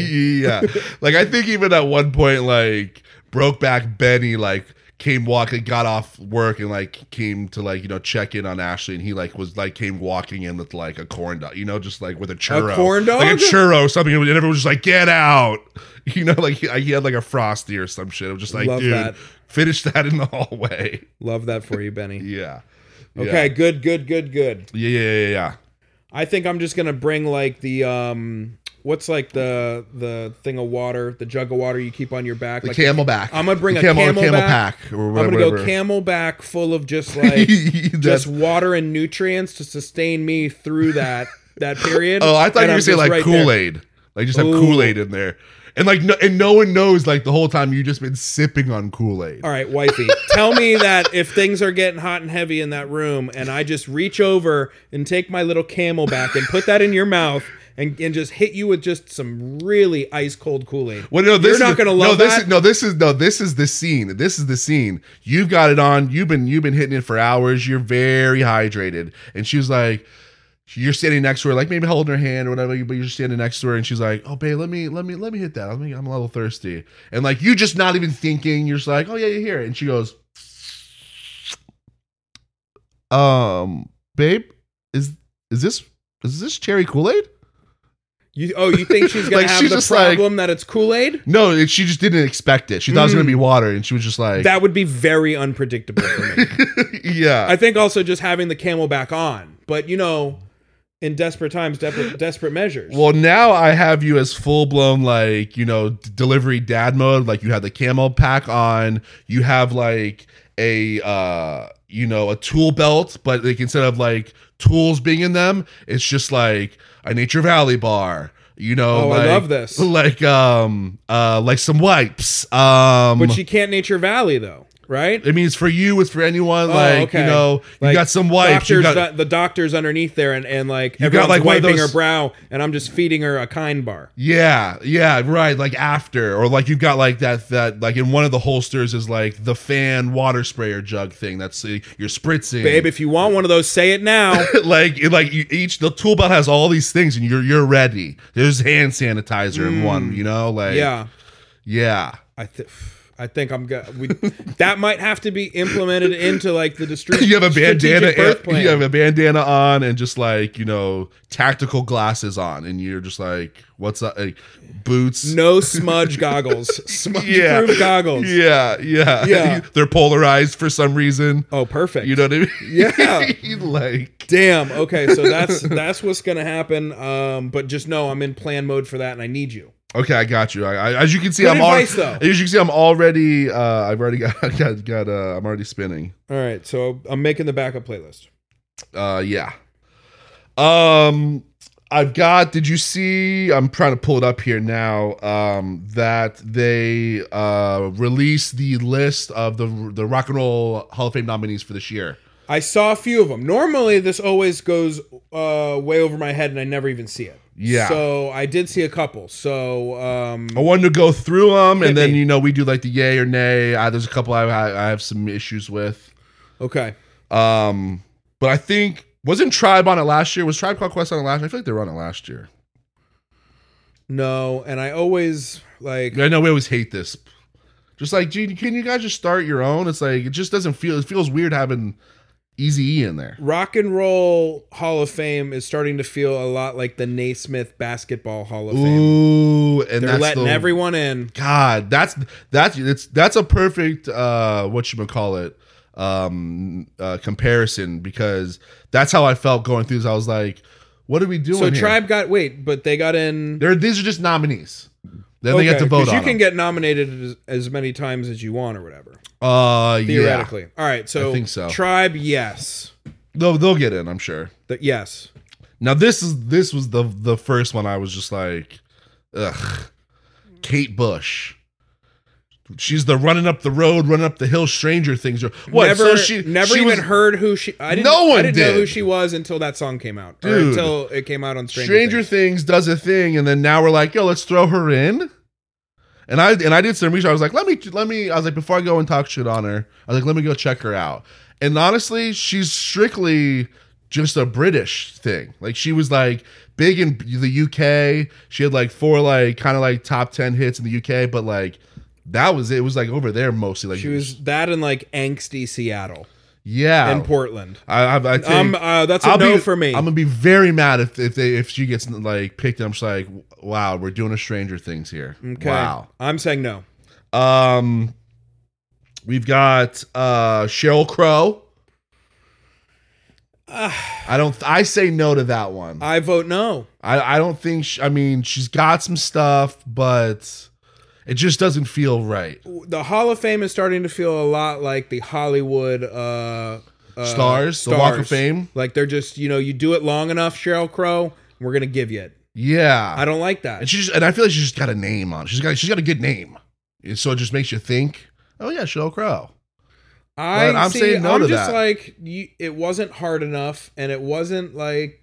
A: yeah. Like I think even at one point, like Brokeback Benny, like came walking, got off work, and like came to like you know check in on Ashley, and he like was like came walking in with like a corn dog, you know, just like with a churro,
B: corn dog?
A: like a churro or something, and everyone was just like, "Get out!" You know, like he, he had like a frosty or some shit. I'm just like,
B: Love
A: dude,
B: that.
A: finish that in the hallway.
B: Love that for you, Benny.
A: Yeah.
B: Okay, good, good, good, good.
A: Yeah, yeah, yeah, yeah.
B: I think I'm just gonna bring like the um, what's like the the thing of water, the jug of water you keep on your back,
A: The
B: like
A: camelback.
B: I'm gonna bring
A: The
B: a camel back.
A: pack or
B: I'm
A: whatever.
B: gonna go camel back full of just like
A: That's-
B: just water and nutrients to sustain me through that that period.
A: Oh, I thought
B: And
A: you
B: I'm
A: were saying
B: just
A: like
B: right there.
A: Kool Aid, Like just have
B: Ooh.
A: Kool Aid in there, and like no, and no one knows. Like the whole time you've just been sipping on Kool Aid.
B: All right, wifey, tell me that if things are getting hot and heavy in that room, and I just reach over and take my little camel back and put that in your mouth and, and just hit you with just some really ice cold Kool Aid.
A: Well, no, this
B: You're
A: is
B: not
A: the-
B: gonna love
A: no, this
B: that?
A: Is, no, this is no, this is the scene. This is the scene. You've got it on. You've been you've been hitting it for hours. You're very hydrated. And she was like, you're standing next to her, like maybe holding her hand or whatever. But you're standing next to her, and she's like, "Oh, babe, let me let me let me hit that. Let me, I'm a little thirsty." And like you just not even thinking. You're just like, "Oh yeah, you hear it." And she goes, "Um, babe, is is this is this cherry Kool Aid?"
B: You, oh, you think she's gonna
A: Like,
B: have
A: she's
B: the
A: just like-
B: problem that it's Kool Aid?
A: No, it, she just didn't expect it. She thought it was gonna be
B: Mm.
A: water, and she was just like,
B: That would be very unpredictable for me.
A: yeah.
B: I think also just having the camel back on, but you know, in desperate times, desperate, desperate measures.
A: well, now I have you as full blown like you know d- delivery dad mode. Like you have the camel pack on. You have like a uh you know a tool belt, but like instead of like tools being in them, it's just like a Nature Valley bar. You know,
B: Oh, I
A: like,
B: love this.
A: Like um uh like some wipes. Um,
B: but she can't Nature Valley though, right?
A: I mean, it's for you. It's for anyone.
B: Oh,
A: like
B: okay.
A: you know, you
B: Like,
A: got some wipes. You
B: Doctors,
A: got,
B: the, the doctor's underneath there, and and like
A: got,
B: everyone's
A: like, one of
B: wiping
A: those-
B: her brow, and I'm just feeding her a kind bar.
A: Yeah, yeah, right. Like after, or like you've got like that that like in one of the holsters is like the fan water sprayer jug thing. That's uh, you're spritzing,
B: Babe, if you want one of those, say it now.
A: like it- like you, each the tool belt has all these things, and you're you're ready. There's hand sanitizer in one, you know, like
B: Mm. yeah,
A: yeah.
B: I think. I think I'm good. We, that might have to be implemented into like the district.
A: You have a bandana,
B: Birth plan.
A: you have a bandana on, and just like you know, tactical glasses on, and you're just like, what's up? Like, boots,
B: no smudge goggles, smudge proof goggles.
A: yeah, yeah,
B: Yeah.
A: They're polarized for some reason.
B: Oh, perfect.
A: You know what I mean?
B: Yeah.
A: like
B: Damn. Okay, so that's that's what's gonna happen. Um, but just know I'm in plan mode for that, and I need you.
A: okay, I got you. I, I, as you can see,
B: Good
A: I'm
B: advice,
A: already.
B: though.
A: As you can see, I'm already. Uh, I've already got got, got uh, I'm already spinning.
B: All right, so I'm making the backup playlist.
A: Uh, yeah. Um, I've got. Did you see? I'm trying to pull it up here now. Um, that they uh released the list of the the Rock and Roll Hall of Fame nominees for this year.
B: I saw a few of them. Normally, this always goes uh, way over my head, and I never even see it.
A: Yeah.
B: So I did see a couple. So um,
A: I wanted to go through them,
B: Hit
A: and then
B: me.
A: you know we do like the yay or nay. Uh, there's a couple I, I I have some issues with. Oh.
B: okay,
A: Um, but I think wasn't Tribe on it last year? Was Tribe Called Quest on it last? year? I feel like they were on it last year.
B: no, and I always like
A: I know we always hate this. Just like, gee, can you guys just start your own? It's like it just doesn't feel. It feels weird having Easy E in there.
B: Rock and Roll Hall of Fame is starting to feel a lot like the Naismith Basketball Hall of Fame.
A: Ooh, and
B: They're
A: that's
B: letting
A: the,
B: everyone in.
A: God, that's that's it's that's a perfect uh what you call it um uh comparison because that's how I felt going through this. I was like, what are we doing?
B: So
A: here?
B: Tribe got wait, but they got in.
A: They're, these are just nominees. Then they get to
B: Okay,
A: vote
B: 'cause
A: on.
B: You can
A: them.
B: get nominated as, as many times as you want or whatever.
A: uh, yeah.
B: Theoretically. All right. So
A: I think so.
B: Tribe, yes.
A: They'll they'll get in, I'm sure.
B: The, yes.
A: Now this is this was the the first one I was just like, ugh, Kate Bush. She's the running up the road, running up the hill, stranger things. What?
B: Never,
A: so she
B: never
A: she
B: even
A: was
B: heard who she. I didn't.
A: No
B: I
A: one
B: didn't know who
A: did.
B: she was until that song came out. or
A: Dude.
B: until it came out on Stranger,
A: Stranger
B: Things.
A: things. does a thing, and then now we're like, yo, let's throw her in. And I and I did some research. I was like, let me let me. I was like, before I go and talk shit on her, I was like, let me go check her out. And honestly, she's strictly just a British thing. Like she was like big in the UK. She had like four like kind of like top ten hits in the UK, but like that was it. It was like over there mostly. Like
B: She was that in like angsty Seattle
A: yeah.
B: and Portland.
A: I, I, I think,
B: Um, uh, that's a
A: I'll
B: no
A: be,
B: for me.
A: I'm gonna be very mad if, if they if she gets like picked. I'm just like, wow, we're doing a Stranger Things here.
B: Okay.
A: Wow.
B: I'm saying no.
A: Um, we've got uh Cheryl Crow. I don't. I say no to that one.
B: I vote no.
A: I I don't think. She, I mean, she's got some stuff, but it just doesn't feel right.
B: The Hall of Fame is starting to feel a lot like the Hollywood uh, uh,
A: Stars, the Walk of Fame.
B: Like they're just, you know, you do it long enough, Cheryl Crow, we're gonna give you it.
A: Yeah.
B: I don't like that.
A: and she's and I feel like she's just got a name on. it. She's got she's got a good name. And so it just makes you think, oh yeah, Sheryl Crow.
B: I
A: But I'm
B: see,
A: saying no
B: I'm
A: to
B: just
A: that.
B: like you, it wasn't hard enough, and it wasn't like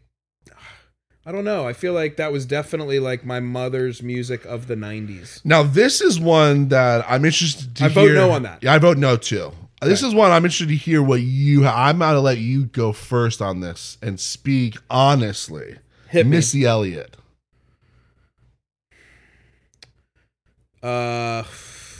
B: I don't know. I feel like that was definitely like my mother's music of the '90s.
A: Now this is one that I'm interested to
B: I vote
A: hear-
B: no on that.
A: Yeah, I vote no too. This is one I'm interested to hear what you. I'm gonna let you go first on this and speak honestly.
B: Hit me.
A: Missy Elliott,
B: Uh,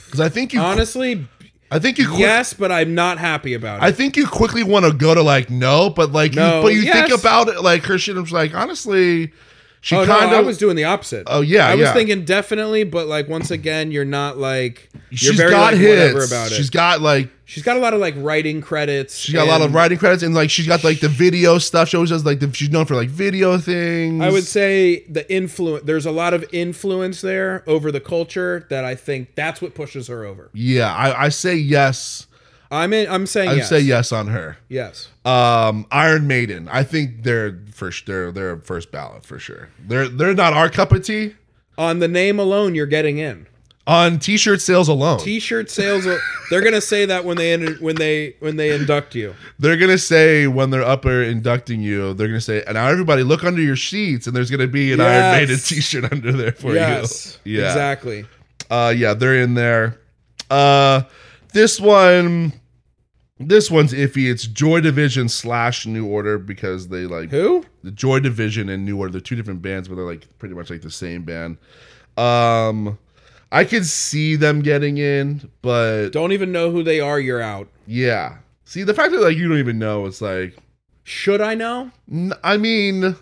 A: because I think you.
B: honestly,
A: I think you. Quick,
B: yes, but I'm not happy about it.
A: I think you quickly want to go to like no, but like
B: No,
A: you, but you
B: yes.
A: think about it like her shit. I'm just like honestly, she
B: oh,
A: kind
B: no, I
A: of
B: was doing the opposite.
A: Oh, yeah,
B: I was
A: yeah.
B: thinking definitely, but like once again, you're not like you're
A: She's
B: very
A: got
B: like,
A: hits.
B: whatever about it.
A: She's got like
B: she's got a lot of like writing credits.
A: She got a lot of
B: and-
A: writing credits and like she's got like the video stuff. She always does like the, she's known for like video things.
B: I would say the influence. There's a lot of influence there over the culture that I think that's what pushes her over.
A: yeah, I, I say yes.
B: I'm in. I'm saying.
A: I would
B: yes.
A: say yes on her.
B: Yes.
A: Um, Iron Maiden. I think they're first. They're they're first ballot for sure. They're they're not our cup of tea
B: On the name alone, you're getting in.
A: on t-shirt sales alone.
B: T-shirt sales. will- they're gonna say that when they in- when they when they induct you.
A: they're gonna say when they're up or inducting you, they're gonna say, and now everybody look under your sheets, and there's gonna be an Iron
B: Yes.
A: Maiden t-shirt under there for
B: yes.
A: you. Yeah,
B: Exactly.
A: Uh, yeah, they're in there. Uh, this one, this one's iffy. It's Joy Division slash New Order because they like
B: Who?
A: the Joy Division and New Order. They're two different bands, but they're like pretty much like the same band. Um, I could see them getting in, but
B: Don't even know who they are. You're out.
A: yeah. See, the fact that like you don't even know, it's like,
B: Should I know?
A: n- I mean,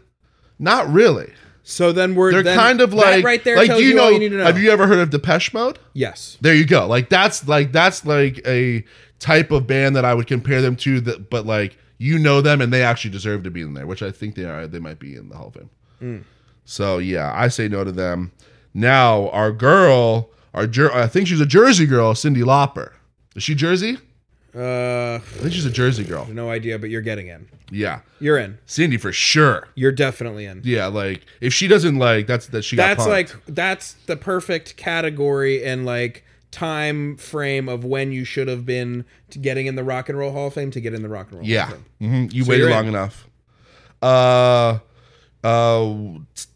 A: not really.
B: So then we're
A: They're
B: then-
A: kind of
B: that
A: like
B: right there.
A: Like
B: tells
A: you,
B: you,
A: know,
B: all you need to know.
A: have you ever heard of Depeche Mode?
B: yes.
A: There you go. Like that's like that's like a type of band that I would compare them to. That but like you know them and they actually deserve to be in there, which I think they are. They might be in the Hall of Fame.
B: Mm.
A: So yeah, I say no to them. Now our girl, our Jer- I think she's a Jersey girl, Cindy Lauper. Is she Jersey?
B: Uh,
A: I think she's a Jersey girl.
B: no idea. But you're getting in.
A: Yeah,
B: You're in.
A: Cindy for sure.
B: You're definitely in.
A: Yeah, like if she doesn't like that's that she.
B: that's
A: got punked.
B: like that's the perfect category and like time frame of when you should have been to getting in the Rock and Roll Hall of Fame to get in the Rock and Roll.
A: Yeah,
B: Hall of Fame.
A: hmm you
B: So
A: waited
B: you're in.
A: long enough. Uh, uh,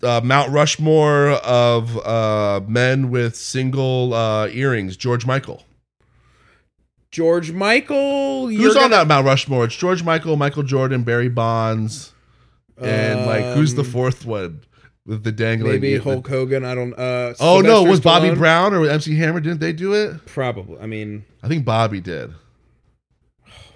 A: uh, Mount Rushmore of uh, men with single uh, earrings. George Michael.
B: George Michael.
A: Who's on that Mount Rushmore? It's George Michael, Michael Jordan, Barry Bonds, and like who's the
B: Um,
A: fourth one with the dangling?
B: Maybe
A: the-
B: Hulk Hogan. I don't. uh
A: Oh no,
B: Sylvester
A: was Bobby
B: Stallone?
A: Brown or MC Hammer? Didn't they do it?
B: Probably. I mean,
A: I think Bobby did.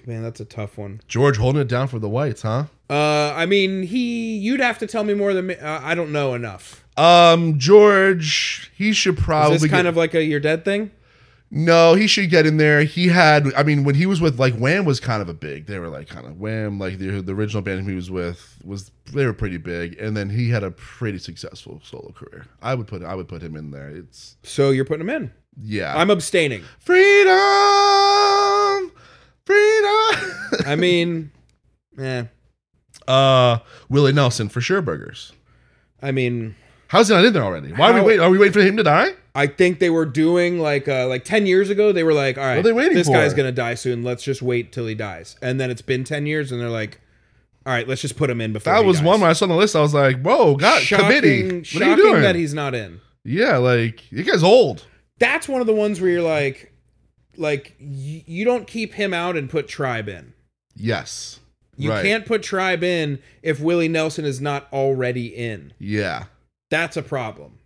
B: man, that's a tough one.
A: George holding it down for the whites, huh?
B: Uh, I mean, he. You'd have to tell me more than me. Uh, I don't know enough.
A: Um, George, he should
B: Is
A: probably
B: this
A: get-
B: kind of like a you're dead thing?
A: No, he should get in there. He had, I mean, when he was with like Wham was kind of a big. They were like kind of Wham, like the, the original band he was with was they were pretty big, and then he had a pretty successful solo career. I would put I would put him in there. It's
B: So you're putting him in.
A: yeah,
B: I'm abstaining.
A: freedom, freedom.
B: I mean, eh.
A: uh, Willie Nelson for sure. Burgers.
B: I mean,
A: How's he not in there already? Why are we
B: How-
A: wait? Are we waiting for him to die?
B: I think they were doing like uh, like ten years ago. They were like, all right,
A: What are they waiting
B: this
A: for?
B: guy's gonna die soon. Let's just wait till he dies. And then it's been ten years, and they're like, all right, let's just put him in before.
A: That
B: he
A: was
B: dies.
A: one when I saw on the list. I was like, whoa, God,
B: Shocking-
A: committee. What
B: shocking
A: are you doing?
B: that he's not in.
A: yeah, like you guys old.
B: That's one of the ones where you're like, like y- you don't keep him out and put Tribe in.
A: Yes.
B: You
A: Right.
B: can't put Tribe in if Willie Nelson is not already in.
A: Yeah.
B: That's a problem.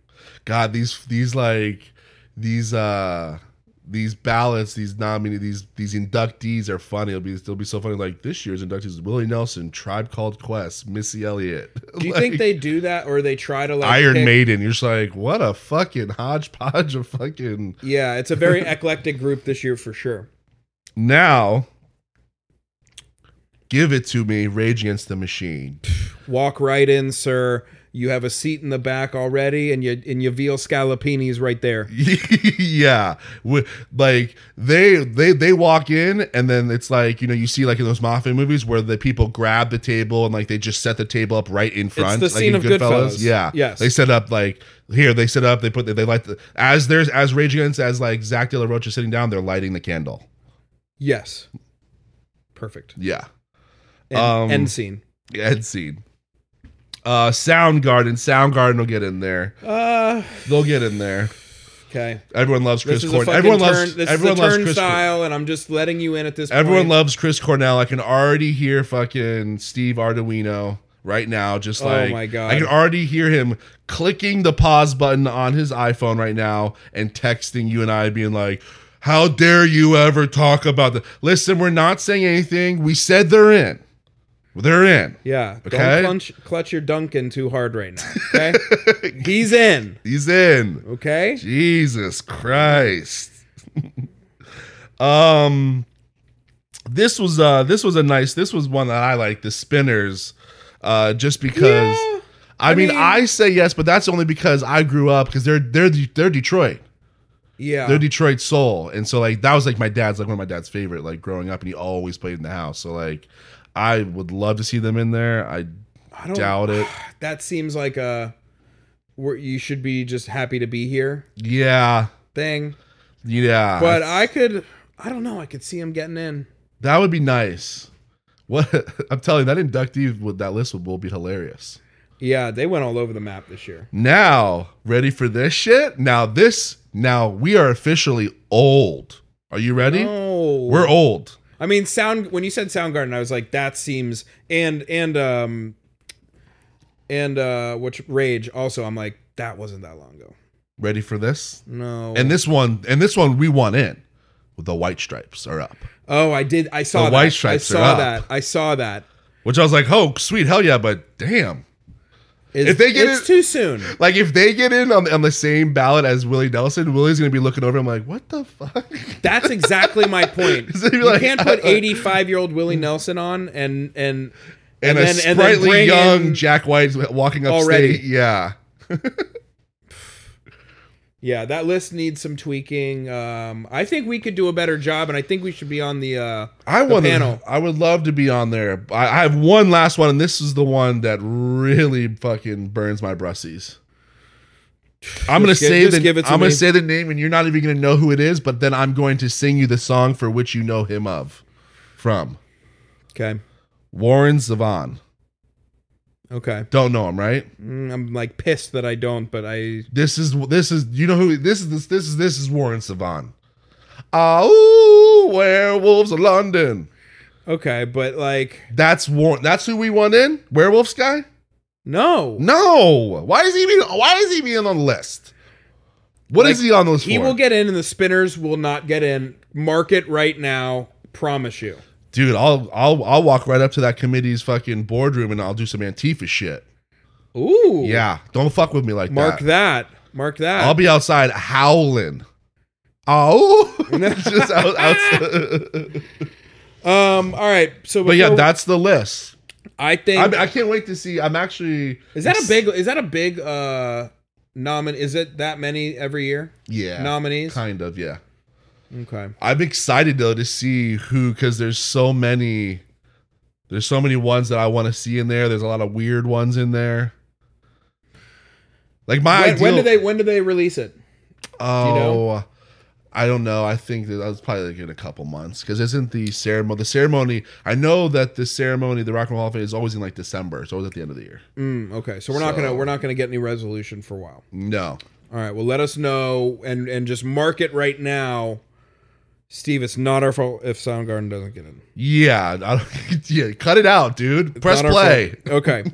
A: God, these these like these uh these ballots, these nominee, these these inductees are funny. It'll be it'll be so funny. Like this year's inductees: is Willie Nelson, Tribe Called Quest, Missy Elliott.
B: Do you
A: Like,
B: think they do that, or they try to like
A: Iron
B: pick-
A: Maiden? You're just like, what a fucking hodgepodge of fucking.
B: Yeah, it's a very eclectic group this year for sure.
A: Now, give it to me, Rage Against the Machine.
B: Walk right in, sir. You have a seat in the back already, and you and your veal scallopini's right there.
A: yeah, Wi- like they they they walk in and then it's like you know you see like in those mafia movies where the people grab the table and like they just set the table up right in front.
B: the
A: like
B: scene
A: in
B: of Goodfellas.
A: Yeah,
B: Yes.
A: They set up like here they set up they put they light the as there's as Rage Against as like Zach De La Rocha sitting down they're lighting the candle.
B: Yes, perfect.
A: Yeah,
B: End,
A: Um,
B: end scene.
A: Ed scene. Uh, Soundgarden. Soundgarden will get in there.
B: Uh,
A: They'll get in there.
B: okay.
A: Everyone loves Chris
B: This is a
A: Cornell.
B: fucking
A: Everyone
B: turn.
A: loves.
B: this
A: everyone
B: is a
A: loves Chris. Corn-
B: turnstile, and I'm just letting you in at this.
A: Everyone
B: point.
A: loves Chris Cornell. I can already hear fucking Steve Arduino right now. Just
B: Oh
A: like
B: my God.
A: I can already hear him clicking the pause button on his iPhone right now and texting you and I, being like, "How dare you ever talk about the? Listen, we're not saying anything. We said they're in. They're in.
B: Yeah.
A: Okay?
B: Don't clutch, clutch your Duncan too hard right now. Okay. He's in.
A: He's in.
B: Okay.
A: Jesus Christ. um this was uh this was a nice this was one that I like the spinners uh just because
B: Yeah,
A: I, mean,
B: mean-
A: I say yes but that's only because I grew up cuz they're they're De- they're Detroit.
B: Yeah.
A: They're Detroit soul and so like that was like my dad's like one of my dad's favorite like growing up and he always played in the house. So like I would love to see them in there. I
B: I don't-
A: doubt it.
B: That seems like a where you should be just happy to be here
A: Yeah.
B: thing.
A: Yeah.
B: But I could. I don't know. I could see him getting in.
A: That would be nice. What I'm telling you, that inductee with that list will, will be hilarious.
B: Yeah, they went all over the map this year.
A: Now, ready for this shit? Now this now we are officially old. Are you ready?
B: Oh,
A: Hmm. We're old.
B: I mean, sound. When you said Soundgarden, I was like, that seems and and um and uh which Rage also. I'm like, that wasn't that long ago.
A: Ready for this?
B: No.
A: And this one and this one we want in. The white stripes are up.
B: oh, I did. I
A: The
B: saw that.
A: White
B: I
A: Stripes are
B: saw
A: up.
B: that. I saw that.
A: Which I was like, oh, sweet, hell yeah, but damn.
B: It's,
A: If they get
B: it's
A: it-
B: too soon.
A: Like if they get in on, on the same ballot as Willie Nelson, Willie's gonna be looking over. I'm like, what the fuck?
B: That's exactly my point.
A: So you're
B: you
A: like,
B: can't put
A: uh, uh.
B: 85 year old Willie Nelson on and and
A: And, a
B: then- and then
A: sprightly
B: bring
A: young
B: in-
A: Jack White's walking up
B: Already.
A: stage. Yeah.
B: yeah, that list needs some tweaking. Um, I think we could do a better job, and I think we should be on the. Uh,
A: I
B: the
A: want
B: panel.
A: to. I would love to be on there. I, I have one last one, and this is the one that really fucking burns my brussies. I'm gonna
B: Just gi-
A: say
B: just
A: the,
B: give it to
A: I'm gonna
B: me.
A: say the name, and you're not even gonna know who it is. But then I'm going to sing you the song for which you know him of, from
B: Okay,
A: Warren Zevon.
B: okay.
A: Don't know him, right?
B: Mm, I'm like pissed that I don't, but I.
A: This is this is you know who this is this this is this is Warren Zevon. Ah, ooh, werewolves of London.
B: Okay, but like
A: That's Warren. That's who we want in. Werewolves guy.
B: no,
A: No. Why is he being why is he being on the list? What is
B: Like,
A: he on those for?
B: he will get in, and the spinners will not get in. Mark it right now. Promise you.
A: Dude, I'll I'll I'll walk right up to that committee's fucking boardroom and I'll do some Antifa shit.
B: Ooh.
A: Yeah. Don't fuck with me like
B: Mark
A: that.
B: that. Mark that.
A: I'll be outside howling. Oh, Just out- outside.
B: um. All right. So,
A: but yeah,
B: before-
A: that's the list.
B: I think
A: I, I can't wait to see. I'm actually
B: Is that a big? Is that a big uh nomin? Is it that many every year?
A: yeah
B: Nominees.
A: Kind of yeah.
B: Okay.
A: I'm excited though to see who because there's so many there's so many ones that I want to see in there. There's a lot of weird ones in there. Like my
B: When,
A: ideal,
B: when do they? When do they release it?
A: Oh,
B: know?
A: I don't know. I think that was probably like in a couple months because isn't the ceremony the ceremony? I know that the ceremony, the Rock and Roll Hall of Fame, is always in like December. It's always at the end of the year.
B: Mm, okay. So we're not gonna
A: So-
B: we're not gonna get any resolution for a while.
A: No,
B: All right. Well, let us know and and just mark it right now, Steve. It's not our fault if Soundgarden doesn't get in.
A: yeah, I don't, yeah, cut it out, dude. Press
B: Not our
A: play.
B: fault. Okay.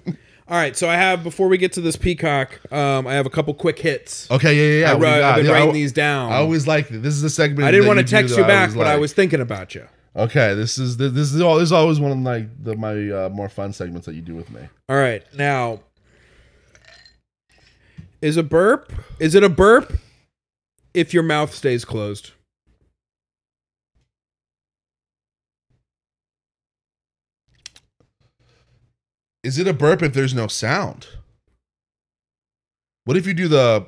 B: All right. So I have before we get to this peacock, um, I have a couple quick hits.
A: Okay, yeah, yeah, Oh, yeah.
B: I
A: we
B: wrote-
A: got
B: I've been
A: it. Yeah, I-
B: writing these down.
A: I always like this. This is the segment.
B: Um, I didn't
A: that
B: want to
A: do
B: text
A: that
B: you back, but I
A: like.
B: was thinking about you.
A: Okay, this is this is all this is always one of like the my uh, more fun segments that you do with me.
B: All right. Now, is a burp? Is it a burp if your mouth stays closed?
A: Is it a burp if there's no sound? What if you do the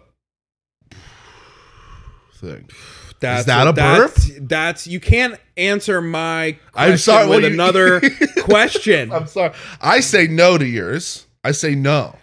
A: thing?
B: That's
A: that a
B: that's, That's you can't answer my.
A: I'm
B: question
A: sorry,
B: With
A: well, you-
B: another question.
A: I'm sorry. I say no to yours. I say no.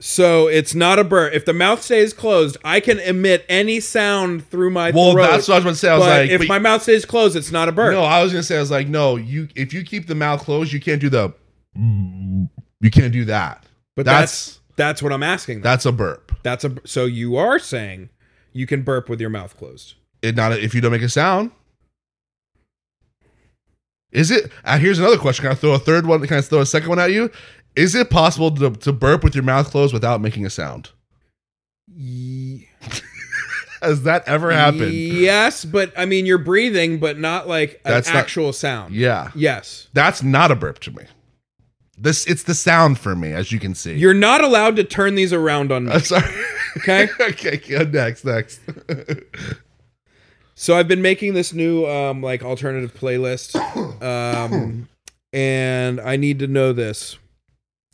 B: So it's not a burp. If the mouth stays closed, I can emit any sound through my
A: well,
B: throat.
A: that's what I was going to say. I
B: but
A: was like,
B: if
A: but-
B: my mouth stays closed, it's not a burp.
A: no, I was going to say, I was like, no. You, if you keep the mouth closed, you can't do the. You can't do that.
B: but
A: that's-
B: that's that's, what I'm asking. That,
A: That's a burp.
B: that's a so you are saying you can burp with your mouth closed.
A: It not if you don't make a sound. Is it? Uh, here's another question. Can I throw a third one? Can I throw a second one at you? Is it possible to, to burp with your mouth closed without making a sound?
B: Ye-
A: Has that ever happened?
B: Yes, but I mean you're breathing, but not like an
A: That's not-
B: actual sound.
A: Yeah,
B: Yes.
A: that's not a burp to me. This it's the sound for me, as you can see.
B: You're not allowed to turn these around on me.
A: I'm sorry.
B: Okay.
A: okay. yeah, Next. Next.
B: So I've been making this new um like alternative playlist. Um and I need to know this.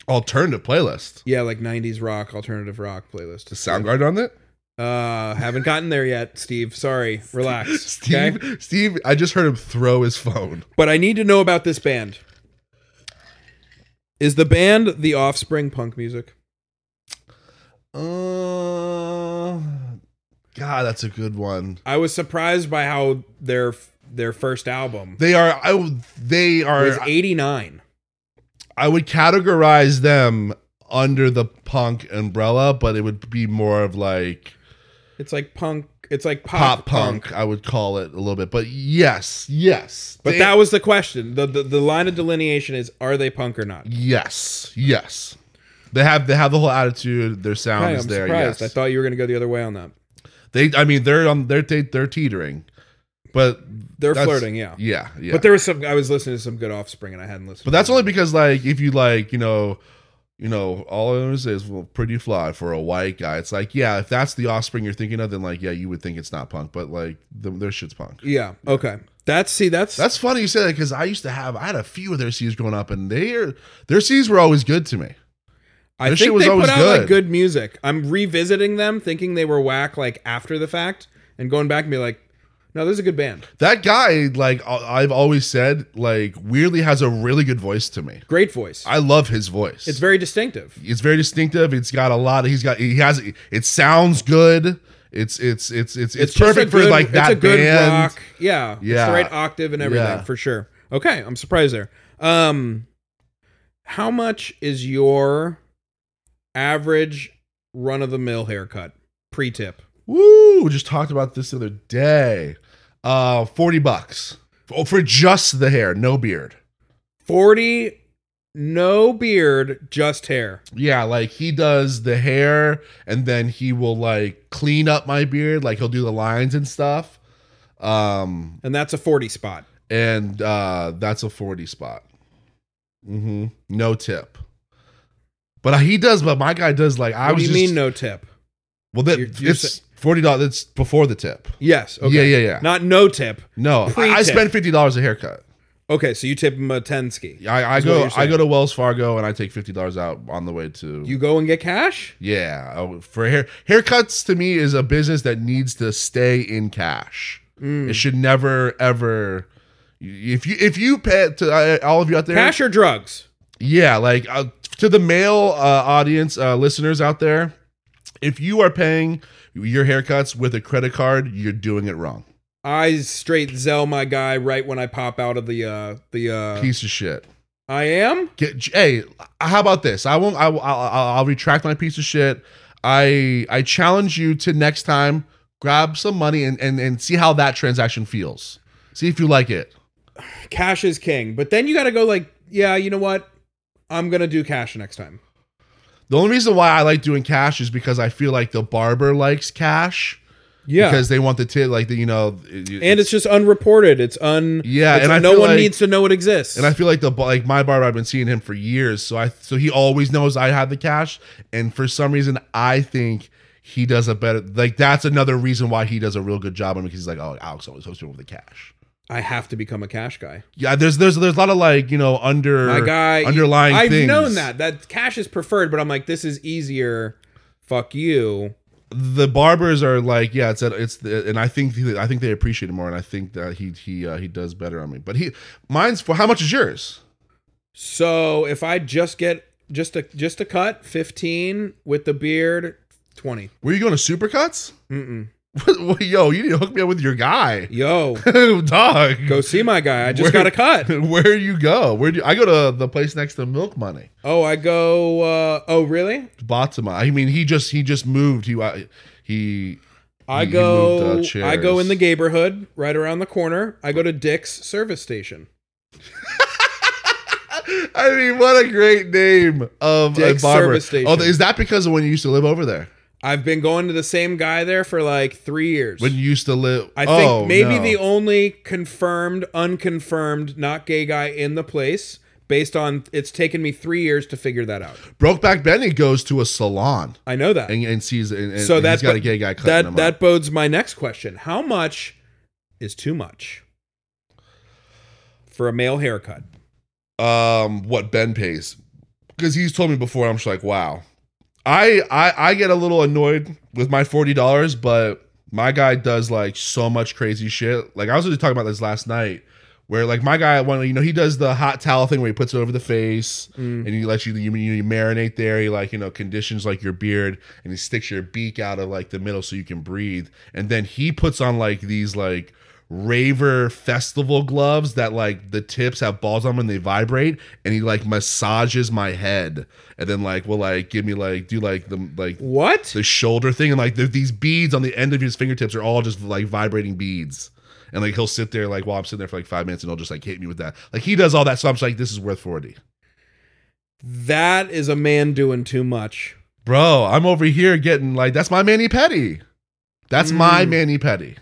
A: Alternative playlist.
B: Yeah, like 90s rock, alternative rock playlist.
A: Is Soundgarden on it?
B: Uh, haven't gotten there yet, Steve. Sorry. Relax.
A: Steve.
B: Okay?
A: Steve. I just heard him throw his phone.
B: But I need to know about this band. Is the band The Offspring punk music?
A: Uh, God, that's a good one.
B: I was surprised by how their their first album
A: They are. I. would- They are.
B: was 89.
A: I would categorize them under the punk umbrella, but it would be more of like
B: It's like punk, it's like
A: pop,
B: pop,
A: punk, I would call it a little bit. But yes, yes.
B: But
A: They-
B: that was the question. The, the the line of delineation is are they punk or not?
A: yes, yes. They have they have the whole attitude. Their sound
B: Hi, I'm
A: is there.
B: surprised.
A: Yes,
B: I thought you were going to go the other way on that.
A: they. I mean, they're on. They're te- they're teetering, but
B: They're
A: That's-
B: flirting, yeah.
A: yeah, yeah.
B: But there was some I was listening to some good Offspring and I hadn't listened.
A: But
B: to
A: that's
B: them.
A: only because like if you like, you know, you know, all I always say is well, pretty fly for a white guy. It's like, yeah, if that's the offspring you're thinking of, then like, yeah, you would think it's not punk, but like the, their shit's punk.
B: Yeah. Okay. That's see. That's
A: That's funny you say that because I used to have I had a few of their C's growing up, and their their C's were always good to me.
B: I
A: their
B: think
A: shit was
B: they put
A: always
B: out
A: good.
B: like good music. I'm revisiting them, thinking they were whack like after the fact, and going back and be like, no, this is a good band.
A: That guy, like I- I've always said, like weirdly has a really good voice to me.
B: Great voice.
A: I love his voice.
B: it's very distinctive.
A: it's very distinctive. It's got a lot of he's got he has it sounds good. It's it's it's it's it's,
B: just a
A: perfect for
B: good-
A: like that band.
B: Yeah. It's
A: Yeah.
B: the right octave and everything
A: Yeah.
B: for sure. Okay. I'm surprised there. Um, how much is your average run of the mill haircut pre tip?
A: Woo! Just talked about this the other day. Uh, forty bucks oh, for just the hair, no beard.
B: Forty, no beard, just hair.
A: Yeah, like he does the hair, and then he will like clean up my beard, like he'll do the lines and stuff. Um,
B: and that's a 40 spot.
A: and uh, that's a forty spot. Mm-hmm. No tip. But he does. But my guy does. Like I
B: What do
A: was.
B: you
A: just,
B: mean no tip?
A: Well, that
B: You're- you're
A: it's forty dollars. That's before the tip.
B: Yes. Okay.
A: Yeah, yeah, yeah.
B: Not no tip.
A: No, I, I
B: Pre-tip.
A: spend fifty dollars a haircut.
B: Okay, so you tip him a 10 ski.
A: I, I
B: Is what
A: go
B: you're
A: I
B: saying.
A: go to Wells Fargo and I take fifty dollars out on the way to
B: You go and get cash?
A: yeah I- for hair haircuts to me is a business that needs to stay in cash.
B: Mm.
A: It should never ever if you if you pay to uh, all of you out there
B: Cash or drugs?
A: yeah like uh, to the male uh, audience uh, listeners out there if you are paying your haircuts with a credit card you're doing it wrong
B: I straight Zell my guy right when I pop out of the uh the uh
A: piece of shit
B: I am?
A: Get, hey, how about this? I won't. I, will I'll, I'll retract my piece of shit. I I challenge you to next time grab some money and and, and see how that transaction feels. See if you like it.
B: Cash is king. But then you got to go like, yeah, you know what? I'm going to do cash next time.
A: The only reason why I like doing cash is because I feel like the barber likes cash
B: Yeah.
A: because they want the tip, like the you know, it- it-
B: and it's just unreported. It's un
A: Yeah,
B: it's-
A: and I
B: no
A: feel
B: one
A: like-
B: needs to know it exists.
A: And I feel like the like my barber, I've been seeing him for years, so I so he always knows I have the cash, and for some reason I think he does a better like that's another reason why he does a real good job on because he's like oh Alex always helps me with the cash.
B: I have to become a cash guy.
A: Yeah, there's there's there's a lot of like you know under
B: my guy
A: underlying
B: I've
A: things.
B: known that that cash is preferred, but I'm like, this is easier fuck you.
A: the barbers are like, yeah, it's it's the, and I think I think they appreciate it more, and I think that he he uh, he does better on me. But he mine's for how much is yours?
B: So if I just get just a just a cut, fifteen with the beard, twenty.
A: Were you going to supercuts?
B: Mm-mm.
A: Yo, you need to hook me up with your guy,
B: Yo,
A: dog.
B: go see my guy. I just
A: Where-
B: got a cut.
A: Where you go? Where do you, I go to the place next to Milk Money?
B: Oh, I go. uh Oh, really?
A: Batsuma. I mean, he just he just moved. He uh, he
B: I
A: You- you
B: go.
A: moved, uh,
B: I go in the
A: chairs.
B: neighborhood, right around the corner. I go to Dick's service station.
A: I mean, what a great name of
B: Dick's
A: a barber.
B: Service Station.
A: Oh, is that because of when you used to live over there?
B: I've been going to the same guy there for like three years.
A: When you used to live?
B: I think
A: oh,
B: maybe
A: no.
B: the only confirmed, unconfirmed, not gay guy in the place. Based on it's taken me three years to figure that out.
A: Brokeback Benny goes to a salon
B: I know that.
A: and, and sees and, and
B: so
A: and
B: that's
A: he's got a gay guy cutting
B: that
A: him
B: that
A: up.
B: bodes my next question. How much is too much for a male haircut?
A: Um, what Ben pays because he's told me before. I'm just like, wow. I I I get a little annoyed with my forty dollars, but my guy does like so much crazy shit. Like I was really talking about this last night. Where like my guy, one you know, he does the hot towel thing where he puts it over the face, and he lets you you, you marinate there. He like you know conditions like your beard, and he sticks your beak out of like the middle so you can breathe. And then he puts on like these like raver festival gloves that like the tips have balls on them and they vibrate. And he like massages my head, and then like will like give me like do like the like
B: What?
A: the shoulder thing, and like the, these beads on the end of his fingertips are all just like vibrating beads. And like he'll sit there like while I'm sitting there for like five minutes, and he'll just like hit me with that. Like he does all that, so I'm just like, this is worth forty,
B: That is a man doing too much.
A: bro. I'm over here getting like that's my mani petty, that's my
B: Mm.
A: mani petty.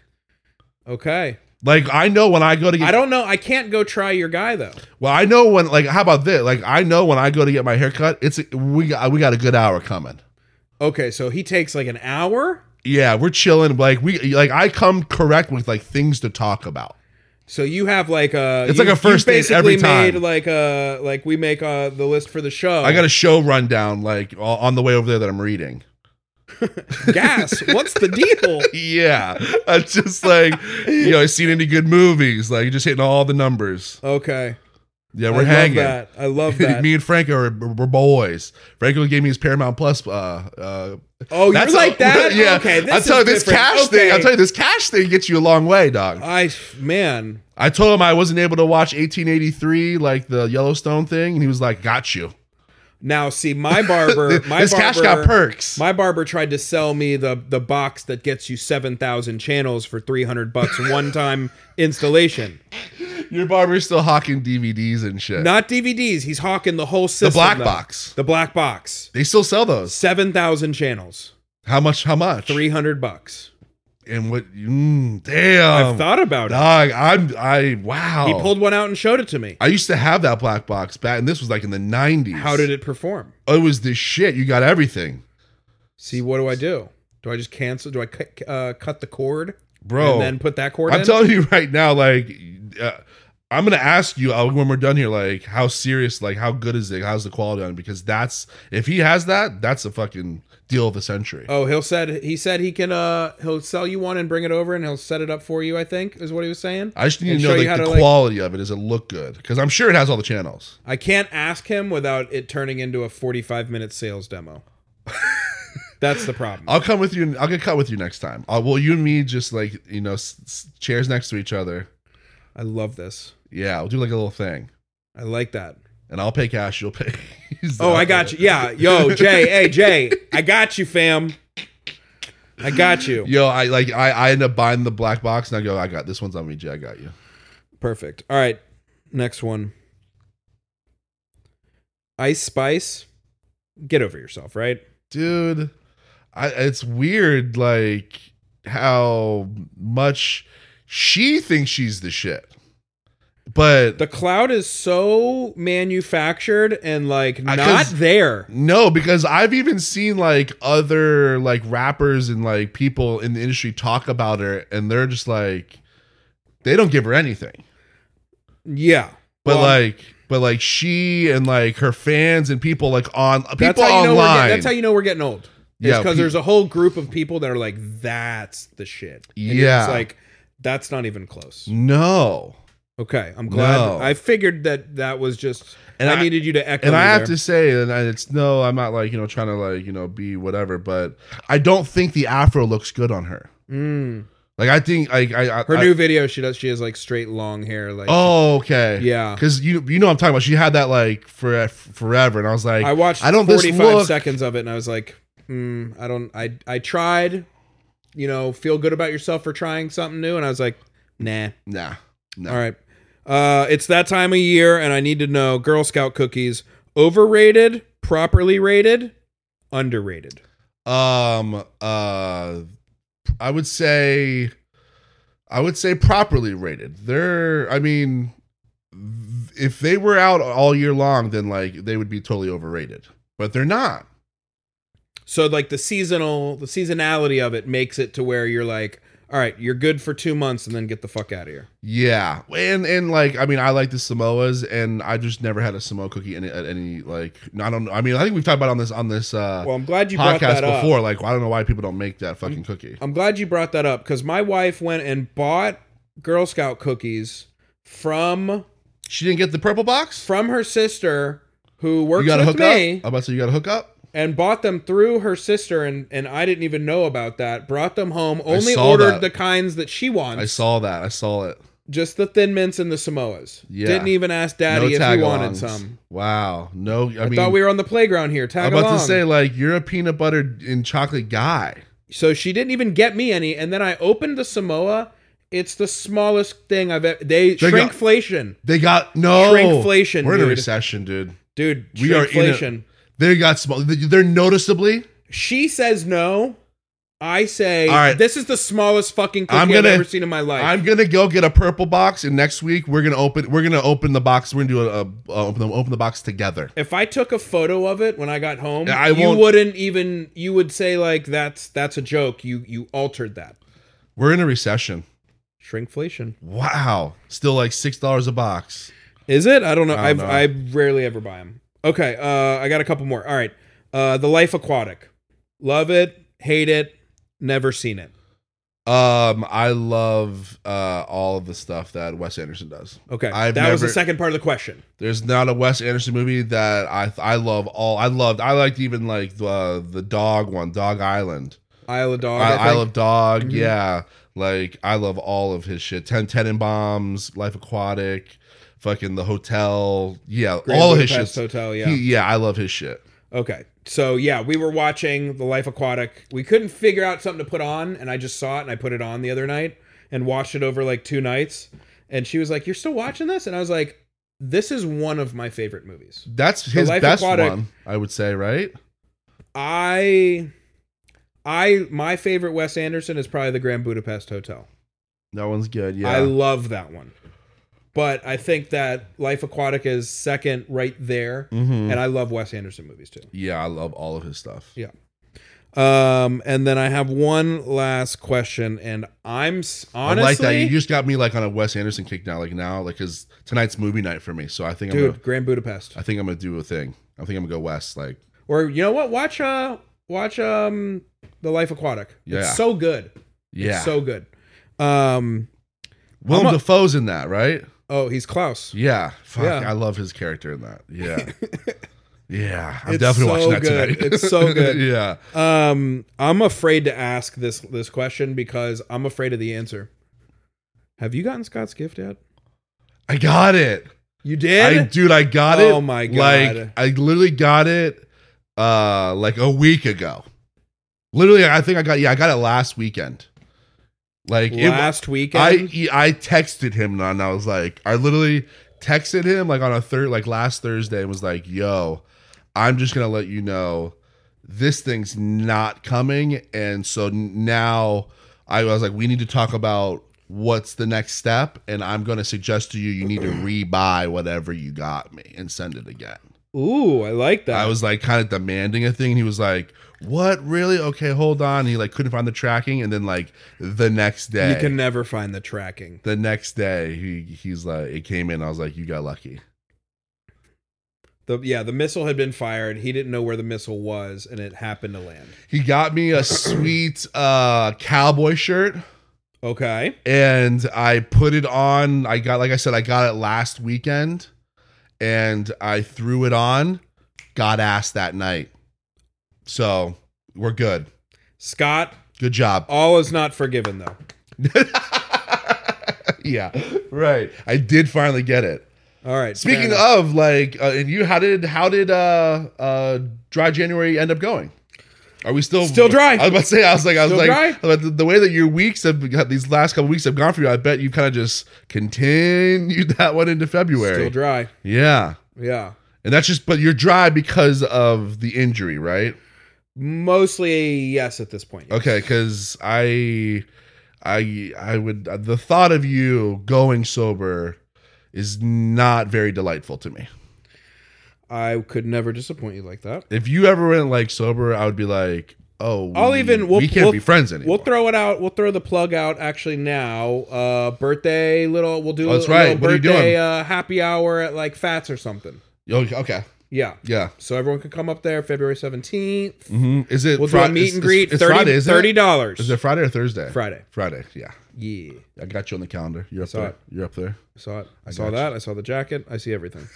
B: Okay.
A: Like I know when I go to get
B: I don't know. I can't go try your guy though.
A: well, I know when like how about this? Like I know when I go to get my haircut, it's we got we got a good hour coming.
B: Okay, so he takes like an hour.
A: Yeah, we're chilling. Like we like I come correct with like things to talk about.
B: So you have like a
A: It's
B: you-
A: like a first
B: you
A: date every time.
B: made like a like we make uh the list for the show.
A: I got a show rundown like o- on the way over there that I'm reading.
B: gas. What's the deal?
A: yeah. I just like, you know, I seen any good movies. Like, you're just hitting all the numbers.
B: Okay.
A: Yeah,
B: I
A: we're
B: love
A: hanging.
B: that. I love that.
A: Me and Franco are we're boys. Franco gave me his Paramount Plus. Uh, uh,
B: oh, you're like that?
A: Yeah.
B: Okay. This
A: I'll tell
B: is
A: you, this
B: different.
A: cash thing. I'll
B: Okay.
A: tell you, this cash thing gets you a long way, dog.
B: I man,
A: I told him I wasn't able to watch 1883, like the Yellowstone thing, and he was like, "Got you."
B: Now, see, my barber, my
A: this
B: barber,
A: cash got perks.
B: My barber tried to sell me the the box that gets you seven thousand channels for three hundred bucks one time installation,
A: Your barber's still hawking DVDs and shit.
B: not DVDs. He's hawking the whole
A: the
B: system.
A: black
B: though.
A: box.
B: The black box.
A: They still sell those.
B: Seven thousand channels,
A: How much? How much?
B: three hundred bucks.
A: And what? Mm, damn.
B: I've thought about it.
A: Dog, I'm I wow.
B: He pulled one out and showed it to me.
A: I used to have that black box back, and this was like in the '90s.
B: How did it perform?
A: It was this shit. You got everything,
B: See, what do I do? Do I just cancel? Do I cu- uh, cut the cord
A: bro.
B: and then put that cord?
A: Oh. I'm
B: in?
A: telling you right now, like, uh, I'm gonna ask you uh, when we're done here, like, how serious, like, how good is it? How's the quality on it? Because that's if he has that, that's a fucking deal of the century.
B: Oh, he'll said he said he can uh he'll sell you one and bring it over and he'll set it up for you. I think is what he was saying.
A: I just need
B: And
A: to
B: show
A: know like,
B: you how
A: the
B: to, like-
A: quality of it. Does it look good? Because I'm sure it has all the channels.
B: I can't ask him without it turning into a forty-five minute sales demo. That's the problem.
A: I'll come with you. I'll get cut with you next time. Uh, well, you and me just like you know, s- s- chairs next to each other.
B: I love this.
A: Yeah, we'll do like a little thing,
B: I like that.
A: and I'll pay cash. You'll pay.
B: Oh, I got you. Yeah, yo, Jay, hey Jay, I got you, fam. I got you.
A: Yo, I like I, I end up buying the black box and I go, I got this one's on me, Jay. I got you.
B: Perfect. All right, next one. Ice Spice, get over yourself, right?
A: Dude, I it's weird like how much she thinks she's the shit. But
B: The cloud is so manufactured and like
A: I-
B: not
A: 'cause-
B: there.
A: no, because I've even seen like other like rappers and like people in the industry talk about her and they're just like they don't give her anything.
B: Yeah.
A: But
B: Well,
A: like but like she and like her fans and people like on people
B: that's how you know we're
A: online.
B: get- that's how you know we're getting old.
A: Yeah,
B: because
A: pe-
B: there's a whole group of people that are like, that's the shit. And you're
A: Yeah.
B: just like, that's not even close.
A: No.
B: Okay, I'm glad.
A: No.
B: I figured that that was just,
A: And
B: and I,
A: I-
B: needed you to echo.
A: And I
B: me
A: have
B: there.
A: to say, and I- it's no, I'm not like, you know, trying to like, you know, be whatever, but I don't think the afro looks good on her.
B: Mm.
A: Like, I think, like, I, I
B: Her
A: I-
B: new video, she does. She has like straight long hair. Like,
A: Oh, okay.
B: Yeah.
A: Cause you, you know, what I'm talking about, she had that like for forever. And I was like,
B: I watched
A: I don't, this
B: 45
A: look-
B: seconds of it, and I was like, mm, I don't. I I tried. You know, feel good about yourself for trying something new, and I was like, nah.
A: Nah. No.
B: All right. Uh, it's that time of year, and I need to know Girl Scout cookies overrated, properly rated, underrated.
A: Um, uh, I would say, I would say properly rated. They're, I mean, if they were out all year long, then like they would be totally overrated. But they're not.
B: So like the seasonal, the seasonality of it makes it to where you're like, all right, you're good for two months, and then get the fuck out of here.
A: Yeah, and and like I mean, I like the Samoas, and I just never had a Samoa cookie any, at any like. I don't. know. I mean, I think we've talked about on this on this uh,
B: Well, I'm glad you brought
A: podcast
B: that up. Mm-hmm.
A: before. Like, I don't know why people don't make that fucking cookie.
B: I'm glad you brought that up because my wife went and bought Girl Scout cookies from
A: She didn't get the purple box.
B: from her sister who works
A: You got to
B: with
A: hook
B: me
A: up. I'm about to say you got to hook up.
B: and bought them through her sister and and I didn't even know about that. Brought them home, only
A: saw
B: ordered
A: that.
B: the kinds that she
A: I
B: wants,
A: saw that. I saw it.
B: just the thin mints and the Samoas.
A: Yeah.
B: Didn't even ask daddy if he wanted
A: tagalongs.
B: some.
A: Wow. No, I,
B: I,
A: mean,
B: thought we were on the playground here. Tag
A: I'm about
B: along.
A: to say like you're a peanut butter and chocolate guy.
B: so she didn't even get me any, and then I opened the Samoa. It's the smallest thing I've ever. They,
A: They got-
B: shrinkflation.
A: They got no
B: Shrinkflation,
A: We're in a
B: dude.
A: recession, dude.
B: dude
A: We are in a-
B: shrinkflation.
A: They got small. They're noticeably.
B: she says no i say
A: All right.
B: this is the smallest fucking cookie i
A: I'm
B: have
A: gonna-
B: ever seen in my life
A: I'm gonna go get a purple box, and next week we're gonna open. We're gonna open the box. We're gonna do a, a open the, open the box together.
B: if i took a photo of it when i got home
A: Yeah, I
B: you
A: won't-
B: wouldn't even you would say like that's that's a joke you you altered that
A: We're in a recession.
B: shrinkflation
A: Wow, still like six dollars a box.
B: is it i don't know i
A: I don't
B: i rarely ever buy them okay uh i got a couple more all right uh the life aquatic love it hate it never seen it
A: Um, I love uh all of the stuff that Wes Anderson does.
B: okay
A: I've
B: that was the
A: never-
B: second part of the question
A: There's not a Wes Anderson movie that I I love all. I loved. I liked even like the the dog one, Dog Island.
B: isle of dog
A: I,
B: I,
A: I
B: think.
A: love dog.
B: Mhm.
A: Yeah, like I love all of his shit. Ten Tenenbaums, Life Aquatic, fucking the hotel. Yeah,
B: Grand
A: all of his
B: Budapest
A: shit.
B: hotel yeah
A: He- yeah, I love his shit.
B: Okay. So yeah, we were watching The Life Aquatic. We couldn't figure out something to put on, and I just saw it and I put it on the other night and watched it over like two nights. And she was like, "You're still watching this?" And I was like, "This is one of my favorite movies."
A: That's his
B: Life
A: best
B: Aquatic-
A: one, I would say. Right?
B: I I my favorite Wes Anderson is probably The Grand Budapest Hotel.
A: That one's good. Yeah,
B: I love that one. But I think that Life Aquatic is second right there,
A: Mhm.
B: and I love Wes Anderson movies too.
A: yeah, I love all of his stuff.
B: Yeah. Um, and then I have one last question, and I'm s- honestly,
A: I like that. You just got me like on a Wes Anderson kick now. Like now, like because tonight's movie night for me. So I think I'm
B: dude,
A: gonna,
B: Grand Budapest,
A: I think I'm gonna do a thing. I think I'm gonna go West. Like
B: or you know what? Watch uh, watch um, The Life Aquatic.
A: Yeah.
B: it's so good.
A: yeah,
B: it's so good. Um,
A: Willem
B: I'm a-
A: Dafoe's in that, right?
B: oh, he's Klaus.
A: Yeah, fuck,
B: Yeah.
A: I love his character in that. Yeah, yeah, I'm
B: It's
A: definitely
B: so
A: watching that
B: good.
A: tonight.
B: It's so good.
A: yeah,
B: Um, I'm afraid to ask this this question because I'm afraid of the answer. Have you gotten Scott's gift yet?
A: I got it.
B: You
A: I
B: did.
A: dude, I got it.
B: Oh my God.
A: Like I literally got it uh like a week ago. Literally, I think I got yeah, I got it last weekend. Like it-
B: Last weekend.
A: I I texted him and I was like, I literally texted him like on a third like last Thursday and was like, yo, I'm just gonna let you know this thing's not coming. And so n- now I was like, we need to talk about what's the next step, and I'm gonna suggest to you you need to rebuy whatever you got me and send it again.
B: Ooh, I like that.
A: I was like kind of demanding a thing. And he was like, What really? Okay, hold on. And he like couldn't find the tracking, and then like the next day
B: You can never find the tracking.
A: the next day he he's like it came in i was like you got lucky
B: The yeah, the missile had been fired. He didn't know where the missile was, and it happened to land.
A: He got me a sweet uh, cowboy shirt.
B: Okay.
A: and I put it on. I got, like I said, I got it last weekend, and I threw it on. Got ass that night, so we're good.
B: Scott,
A: Good job.
B: all is not forgiven though.
A: yeah, right. I did finally get it.
B: All right.
A: Speaking
B: fair
A: of, like, uh, and you, how did how did uh uh dry January end up going? Are we still
B: Still dry.
A: I was about to say, I was like, I was
B: Still
A: like, but the, the way that your weeks have got these last couple weeks have gone for you, I bet you kind of just continued that one into February.
B: still dry.
A: Yeah,
B: Yeah.
A: and that's just, but you're dry because of the injury, right?
B: Mostly yes at this point. yes.
A: Okay, because I, I, I would the thought of you going sober is not very delightful to me.
B: I could never disappoint you like that.
A: If you ever went like sober, I would be like, oh,
B: I'll
A: we-
B: even-
A: we
B: we'll-
A: can't
B: we'll-
A: be friends anymore.
B: We'll throw it out. We'll throw the plug out actually now. Uh birthday little we'll do
A: Oh, that's
B: a little
A: right. What are you
B: birthday
A: doing?
B: uh happy hour at like Fats or something.
A: okay, okay,
B: Yeah.
A: yeah.
B: So everyone can come up there February 17th.
A: hmm Is it
B: We'll
A: Fri-
B: do a meet
A: it's-
B: and
A: it's-
B: greet.
A: It's
B: 30,
A: Friday, is it?
B: $30.
A: Is it Friday or Thursday?
B: Friday.
A: Friday. Yeah,
B: Yeah.
A: I got you on the calendar. You're up
B: Saw
A: there.
B: it.
A: You're up there.
B: I saw it. I, saw that. I saw the jacket. I see everything.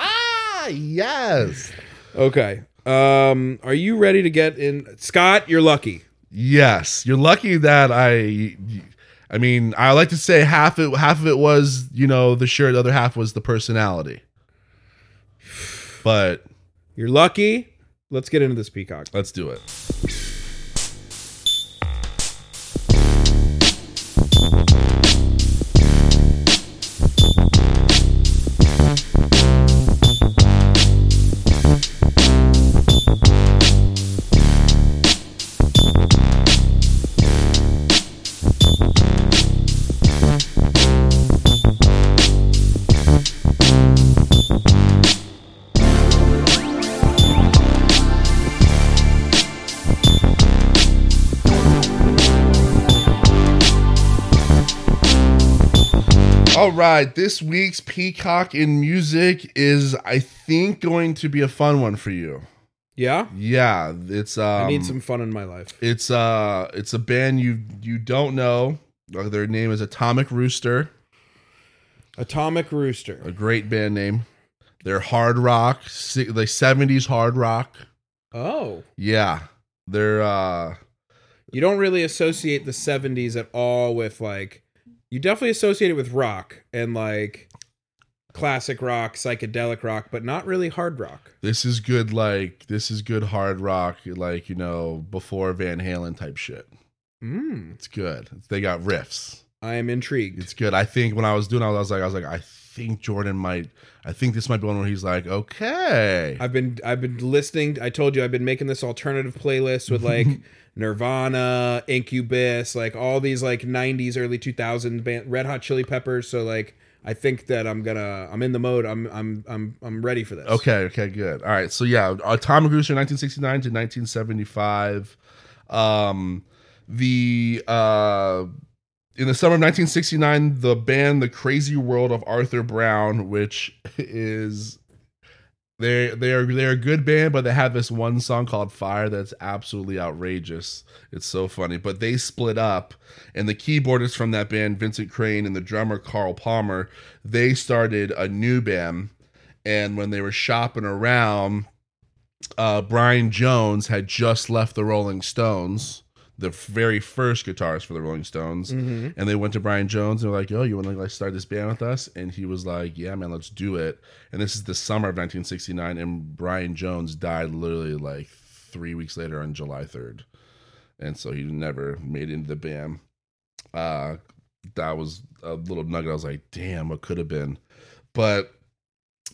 A: Ah, yes,
B: okay. Um, are you ready to get in? Scott, you're lucky.
A: yes. You're lucky that I. I mean, I like to say half it. Half of it was you know the shirt. The other half was the personality. But
B: You're lucky. Let's get into this peacock.
A: let's do it. All right, this week's Peacock in Music is, I think, going to be a fun one for you.
B: Yeah.
A: Yeah, it's. Um,
B: I need some fun in my life.
A: It's uh, it's a band you you don't know. Uh, Their name is Atomic Rooster,
B: Atomic Rooster.
A: a great band name. They're hard rock, si- like seventies hard rock.
B: Oh.
A: Yeah, they're uh,
B: You don't really associate the 70s at all with like you definitely associate it with rock and like classic rock, psychedelic rock, but not really hard rock.
A: this is good. Like this is good hard rock. Like you know, before Van Halen type shit.
B: Mm.
A: It's good. They got riffs.
B: I am intrigued.
A: It's good. I think when I was doing, it, I was like, I was like, I think Jordan might. I think this might be one where he's like, okay,
B: I've been I've been listening. I told you I've been making this alternative playlist with like Nirvana, Incubus, like all these like '90s, early 2000s band, Red Hot Chili Peppers. So like I think that I'm gonna I'm in the mode. I'm I'm I'm I'm ready for this.
A: Okay, okay, good. All right. So yeah, uh, Atomic Rooster 1969 to 1975. Um the uh in the summer of 1969, the band The Crazy World of Arthur Brown, which is they they are they're a good band, but they have this one song called Fire that's absolutely outrageous. It's so funny. But they split up, and the keyboardist from that band, Vincent Crane, and the drummer Carl Palmer, they started a new band. And when they were shopping around, uh, Brian Jones had just left the Rolling Stones, the very first guitarist for the Rolling Stones.
B: Mhm.
A: And they went to Brian Jones and were like, "Yo, you want to like start this band with us?" And he was like, "Yeah, man, let's do it." And this is the summer of 1969, and Brian Jones died literally like three weeks later on July 3rd, and so he never made it into the band. Uh, that was a little nugget. I was like, "Damn, what could have been," but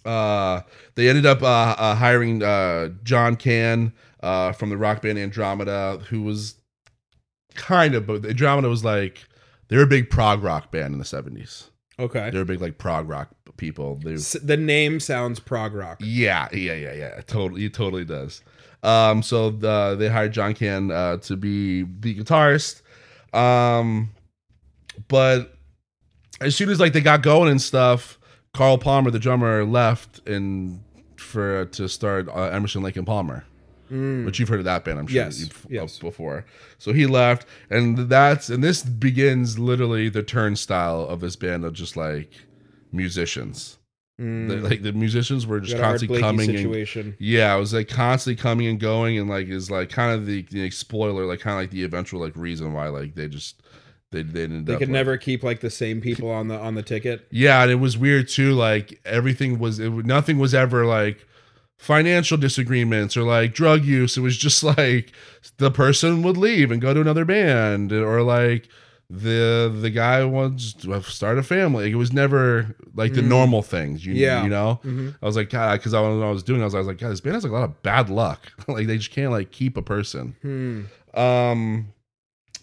A: uh, they ended up uh, uh, hiring uh, John Can uh, from the rock band Andromeda, who was kind of, but Andromeda was like, they were a big prog rock band in the 70s.
B: Okay.
A: They were big, like, prog rock people. They,
B: S- the name sounds prog rock.
A: yeah, yeah, yeah, yeah. Totally, it totally does. Um, so the, they hired John Can uh, to be the guitarist, um, but as soon as like they got going and stuff, Carl Palmer, the drummer, left, and for to start uh, Emerson, Lake and Palmer. But you've heard of that band, I'm sure,
B: Mm. Yes,
A: you've,
B: yes.
A: of before. So he left, and that's and this begins literally the turnstile of this band of just like musicians. The- like the musicians were just
B: Got Mm. a Art
A: constantly
B: Blakey
A: coming and
B: situation.
A: yeah, it was like constantly coming and going, and like is like kind of the the spoiler, like kind of like the eventual like reason why like they just they they ended
B: They
A: up
B: could
A: like-
B: never keep like the same people on the on the ticket.
A: yeah, and it was weird too. Like everything was it, was- nothing was ever like financial disagreements or like drug use. It was just like the person would leave and go to another band or like the the guy wants to start a family it was never like the normal things you,
B: Yeah.
A: you know i was like god because i was, when I was doing it, i was, I was like god this band has like a lot of bad luck like they just can't like keep a person
B: Hmm.
A: um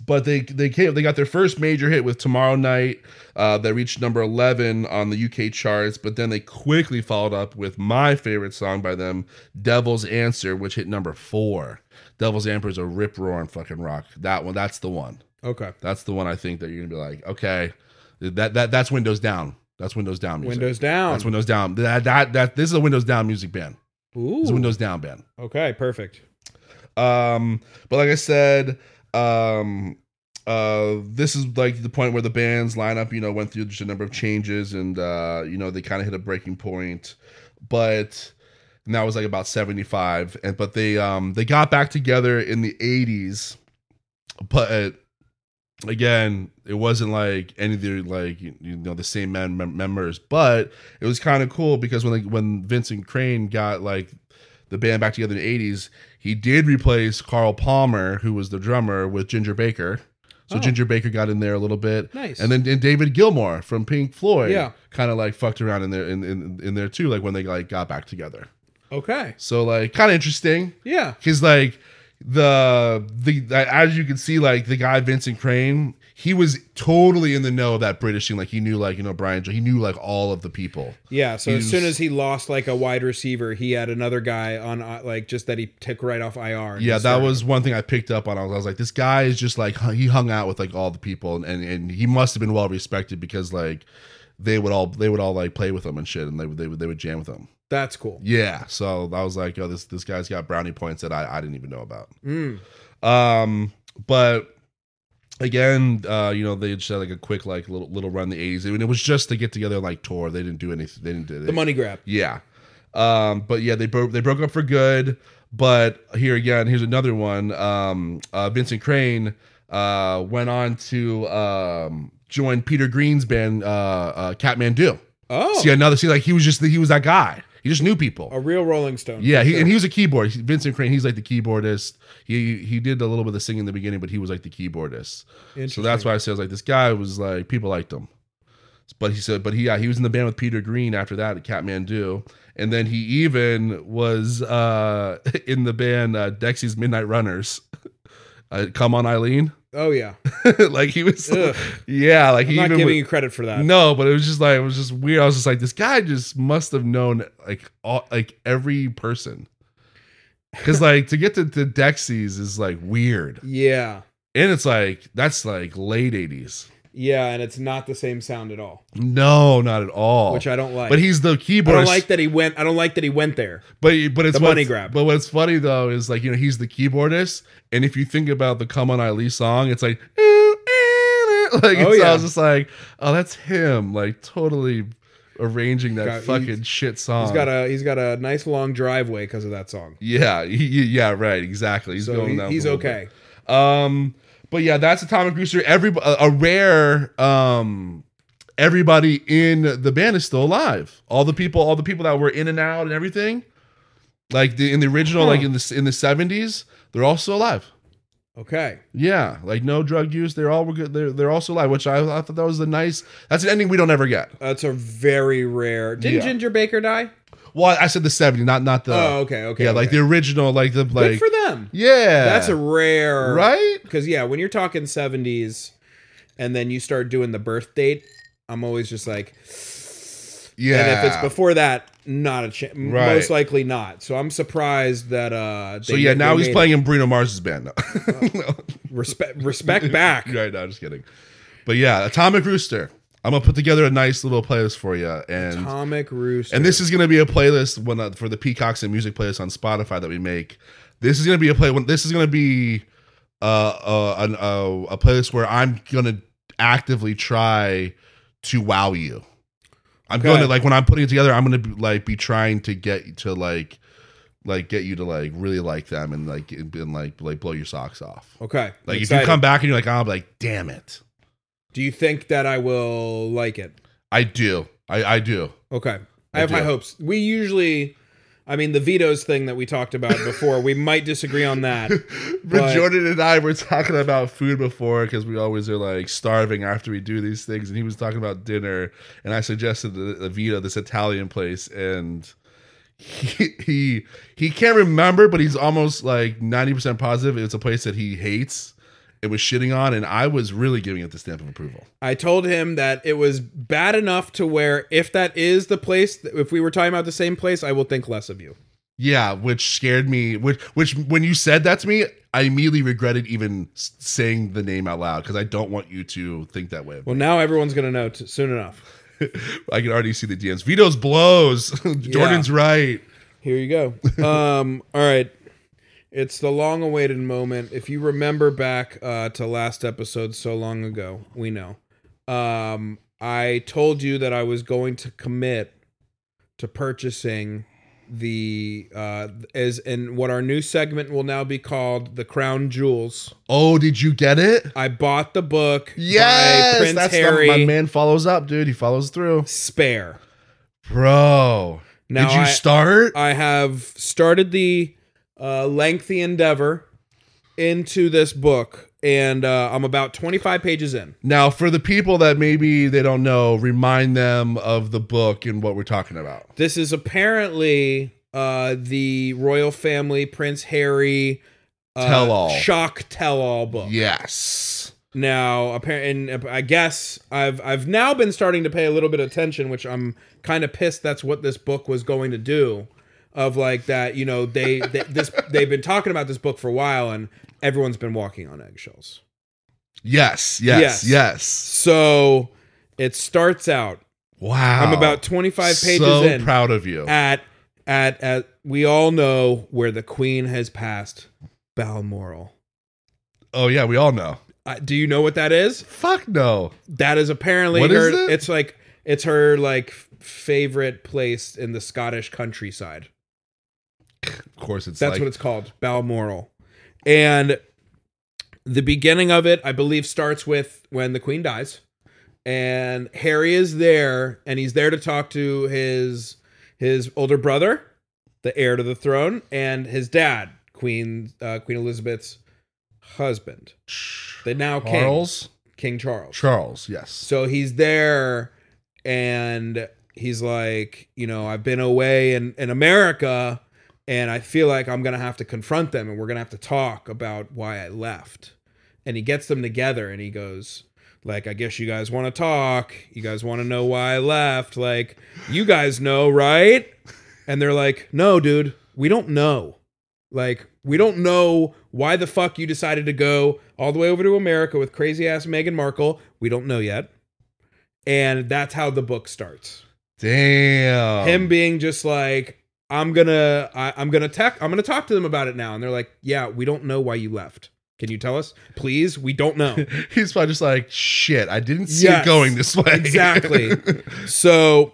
A: but they they came they got their first major hit with Tomorrow Night uh, that reached number 11 on the UK charts, but then they quickly followed up with my favorite song by them, Devil's Answer, which hit number 4. Devil's Answer is a rip roaring fucking rock. That one that's the one.
B: Okay.
A: That's the one I think that you're going to be like, okay, that that that's Windows down. That's Windows down music.
B: Windows down.
A: That's Windows down. That that, that this is a Windows down music band. This is a
B: Ooh.
A: Windows down band.
B: Okay. Perfect.
A: Um, but like I said, um, uh, this is like the point where the band's lineup, you know, went through just a number of changes, and uh, you know, they kind of hit a breaking point. But and that was like about seventy five, and but they um they got back together in the eighties, but again, it wasn't like any of the like you you know the same men, mem- members, but it was kind of cool because when like when Vincent Crane got like the band back together in the eighties, he did replace Carl Palmer, who was the drummer, with Ginger Baker. So
B: Oh.
A: Ginger Baker got in there a little bit,
B: Nice.
A: and then and David Gilmour from Pink Floyd,
B: Yeah.
A: kind of like fucked around in there in, in in there too, like when they like got back together.
B: Okay.
A: So like kind of interesting
B: Yeah.
A: because like the the as you can see like the guy Vincent Crane he was totally in the know of that British thing like he knew like you know Brian he knew like all of the people
B: Yeah. So
A: He's-
B: as soon as he lost like a wide receiver, he had another guy on uh, like just that he took right off IR. and
A: yeah
B: just
A: that
B: started.
A: was one thing I picked up on I was, I was like this guy is just like hu- he hung out with like all the people and and, and he must have been well respected because like they would all they would all like play with him and shit and they would they would they would jam with him
B: that's cool.
A: yeah so I was like oh this this guy's got brownie points that I I didn't even know about
B: Mm.
A: Um, but again, uh, you know, they just had like a quick like little little run in the eighties. I mean, it was just to get together and like tour. They didn't do anything. They didn't do
B: The money grab.
A: Yeah. Um, but yeah, they broke they broke up for good. But here again, here's another one. Um, uh, Vincent Crane uh, went on to um, join Peter Green's band, uh, uh, Catmandu.
B: Oh,
A: See another. See, like he was just he was that guy. He just knew people.
B: a real Rolling Stone.
A: Yeah,
B: for
A: he,
B: sure.
A: and he was a keyboard. He- Vincent Crane, he's like the keyboardist. He he did a little bit of the singing in the beginning, but he was like the keyboardist. So
B: Interesting.
A: that's why I said I was like this guy was like people liked him. But he said, but he yeah, he was in the band with Peter Green after that at Catmandu, and then he even was uh in the band uh, Dexy's Midnight Runners. Uh, Come on, Eileen!
B: Oh yeah.
A: like he was,
B: Ugh.
A: yeah, like
B: I'm
A: he
B: not
A: even
B: giving
A: would-
B: you credit for that.
A: no, but it was just like it was just weird. I was just like, this guy just must have known like all like every person. Cause like to get to, to Dexys is like weird.
B: Yeah.
A: And it's like that's like late 80s.
B: Yeah, and it's not the same sound at all,
A: No, not at all.
B: which I don't like.
A: Oh. but he's the
B: I
A: keyboard.
B: don't like that he went. I don't like that he went there.
A: But but it's
B: The money
A: what's-
B: grab.
A: But what's funny though is like you know he's the keyboardist, and if you think about the "Come On Eileen" song, it's like "Ooh, eh, eh," like
B: Oh,
A: it's, I
B: yeah.
A: was just like, oh, that's him, like totally arranging that
B: Got-
A: fucking
B: he's-
A: shit song.
B: He's got a he's got a nice long driveway because of that song.
A: yeah, he- he- yeah, right, exactly. He's
B: So
A: going
B: he-
A: that
B: he's
A: a little
B: okay.
A: bit. Um, but yeah, that's Atomic Rooster. Every a, a rare um. Everybody in the band is still alive. All the people, all the people that were in and out and everything, like the, in the original, like in the in the seventies, they're all still alive.
B: Okay.
A: Yeah, like no drug use. They're all were good. They're they're all still alive, which I, I thought that was the nice. That's an ending we don't ever get.
B: That's a very rare. Didn't
A: Yeah.
B: Ginger Baker die?
A: Well, I said the seventy, not not the.
B: oh, okay, okay.
A: yeah, like
B: okay.
A: the original, like the
B: good
A: like.
B: for them.
A: Yeah,
B: That's a rare,
A: right.
B: Because yeah, when you're talking seventies, and then you start doing the birth date, I'm always just like,
A: Yeah.
B: and if it's before that, not a chance.
A: Right.
B: Most likely not. So I'm surprised that. uh
A: So
B: they-
A: yeah,
B: they
A: now he's
B: made
A: playing in Bruno Mars's band. No. no.
B: Respect, respect back.
A: Right, no, just kidding. But yeah, Atomic Rooster. I'm gonna put together a nice little playlist for you, and
B: Atomic Rooster.
A: and this is gonna be a playlist when uh, for the Peacocks and Music playlist on Spotify that we make. This is gonna be a play. When this is gonna be uh, uh, an, uh, a playlist where I'm gonna actively try to wow you. I'm
B: Okay.
A: gonna like when I'm putting it together. I'm gonna be, like be trying to get to like like get you to like really like them and like and, and like like blow your socks off.
B: okay.
A: Like if
B: excited.
A: you come back and you're like, oh, I'm like, damn it,
B: do you think that I will like it?
A: I do, I I do.
B: Okay. I,
A: I
B: have
A: do.
B: high hopes. We usually, I mean, the vetoes thing that we talked about before, we might disagree on that.
A: But
B: But-
A: Jordan and I were talking about food before because we always are like starving after we do these things, and he was talking about dinner, and I suggested the, the Vita, this Italian place, and he, he he can't remember, but he's almost like ninety percent positive it's a place that he hates. It was shitting on, and I was really giving it the stamp of approval.
B: I told him that it was bad enough to where if that is the place, if we were talking about the same place, I will think less of you.
A: Yeah, which scared me. Which which when you said that to me, I immediately regretted even s- saying the name out loud because I don't want you to think that way. of me.
B: Well, now everyone's going to know t- soon enough.
A: I can already see the DMs. Vito's blows. Jordan's right.
B: Here you go. Um, all right. It's the long awaited moment. If you remember back uh, to last episode so long ago, we know. Um, I told you that I was going to commit to purchasing the uh as in what our new segment will now be called the crown jewels
A: Oh, did you get it?
B: i bought the book
A: Yes,
B: by prince
A: that's the-
B: harry
A: my man follows up, dude. He follows through,
B: spare
A: bro.
B: now
A: did you
B: I,
A: start?
B: I have started the uh, lengthy endeavor into this book, and uh, I'm about 25 pages in.
A: now, for the people that maybe they don't know, remind them of the book and what we're talking about.
B: This is apparently uh, the royal family, Prince Harry. Uh,
A: Tell-all.
B: shock tell-all book.
A: Yes.
B: Now, apparently, and uh, I guess I've I've now been starting to pay a little bit of attention, which I'm kind of pissed. That's what this book was going to do, of like that. You know, they, they this they've been talking about this book for a while, and everyone's been walking on eggshells.
A: Yes, yes,
B: Yes.
A: yes.
B: So it starts out.
A: Wow.
B: I'm about 25 pages
A: so
B: in
A: proud of you.
B: at at at we all know where the queen has passed Balmoral.
A: Oh, yeah, we all know.
B: Uh, do you know what that is?
A: Fuck no.
B: That is apparently
A: What
B: her
A: is it?
B: it's like it's her like f- favorite place in the Scottish countryside.
A: Of course, it's
B: That's
A: like,
B: what it's called, Balmoral. And the beginning of it, I believe, starts with when the queen dies, and Harry is there, and he's there to talk to his his older brother, the heir to the throne, and his dad, Queen uh, Queen Elizabeth's husband. They now king,
A: Charles.
B: King Charles.
A: Charles, yes.
B: So he's there and he's like, you know, I've been away in, in America and I feel like I'm going to have to confront them and we're going to have to talk about why I left. And he gets them together and he goes, like, I guess you guys want to talk. You guys want to know why I left. Like, you guys know, right? And they're like, no, dude, we don't know. Like, we don't know why the fuck you decided to go all the way over to America with crazy ass Meghan Markle. We don't know yet. And that's how the book starts.
A: Damn.
B: Him being just like, I'm gonna, I, I'm gonna tech, I'm gonna talk to them about it now. And they're like, yeah, we don't know why you left. Can you tell us, please? We don't know.
A: He's probably just like, shit, I didn't see
B: Yes,
A: it going this way.
B: exactly. so,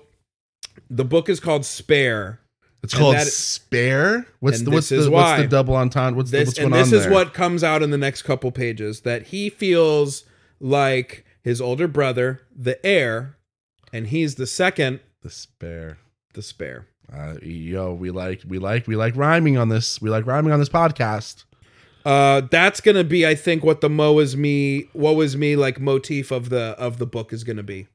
B: the book is called Spare.
A: it's
B: And
A: called
B: that-
A: spare. What's
B: and
A: the what's
B: this is
A: the
B: why.
A: what's the double entendre? What's the
B: this
A: what's
B: and
A: going
B: this
A: on
B: is
A: there?
B: what comes out in the next couple pages that he feels like his older brother the heir and he's the second
A: the spare.
B: the spare
A: Uh, yo, we like we like we like rhyming on this. We like rhyming on this podcast.
B: uh that's gonna be i think what the mo is me woe is me like motif of the of the book is gonna be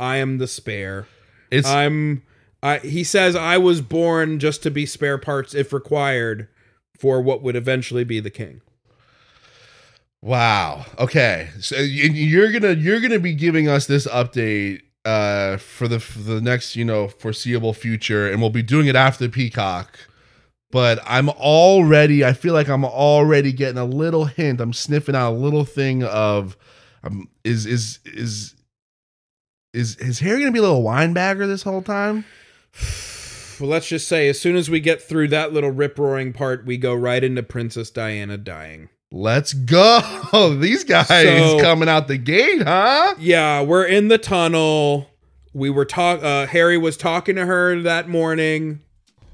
B: i am the spare Uh,
A: It's
B: i'm i he says i was born just to be spare parts if required for what would eventually be the king
A: wow. Okay, so y- you're gonna you're gonna be giving us this update uh for the for the next you know foreseeable future, and we'll be doing it after Peacock. But I'm already. I feel like I'm already getting a little hint. I'm sniffing out a little thing of um, is is is is is Harry gonna be a little windbagger this whole time?
B: Well, let's just say as soon as we get through that little rip roaring part, we go right into Princess Diana dying.
A: Let's go. These guys
B: So-
A: coming out the gate, huh?
B: Yeah, we're in the tunnel. We were talk. Uh, Harry was talking to her that morning.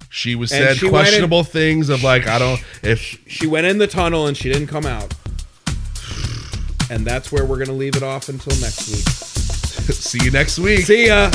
A: She was
B: And
A: said
B: she went in-
A: questionable things of like I don't if
B: She went in the tunnel and she didn't come out. And that's where we're gonna leave it off until next week.
A: see you next week.
B: See ya.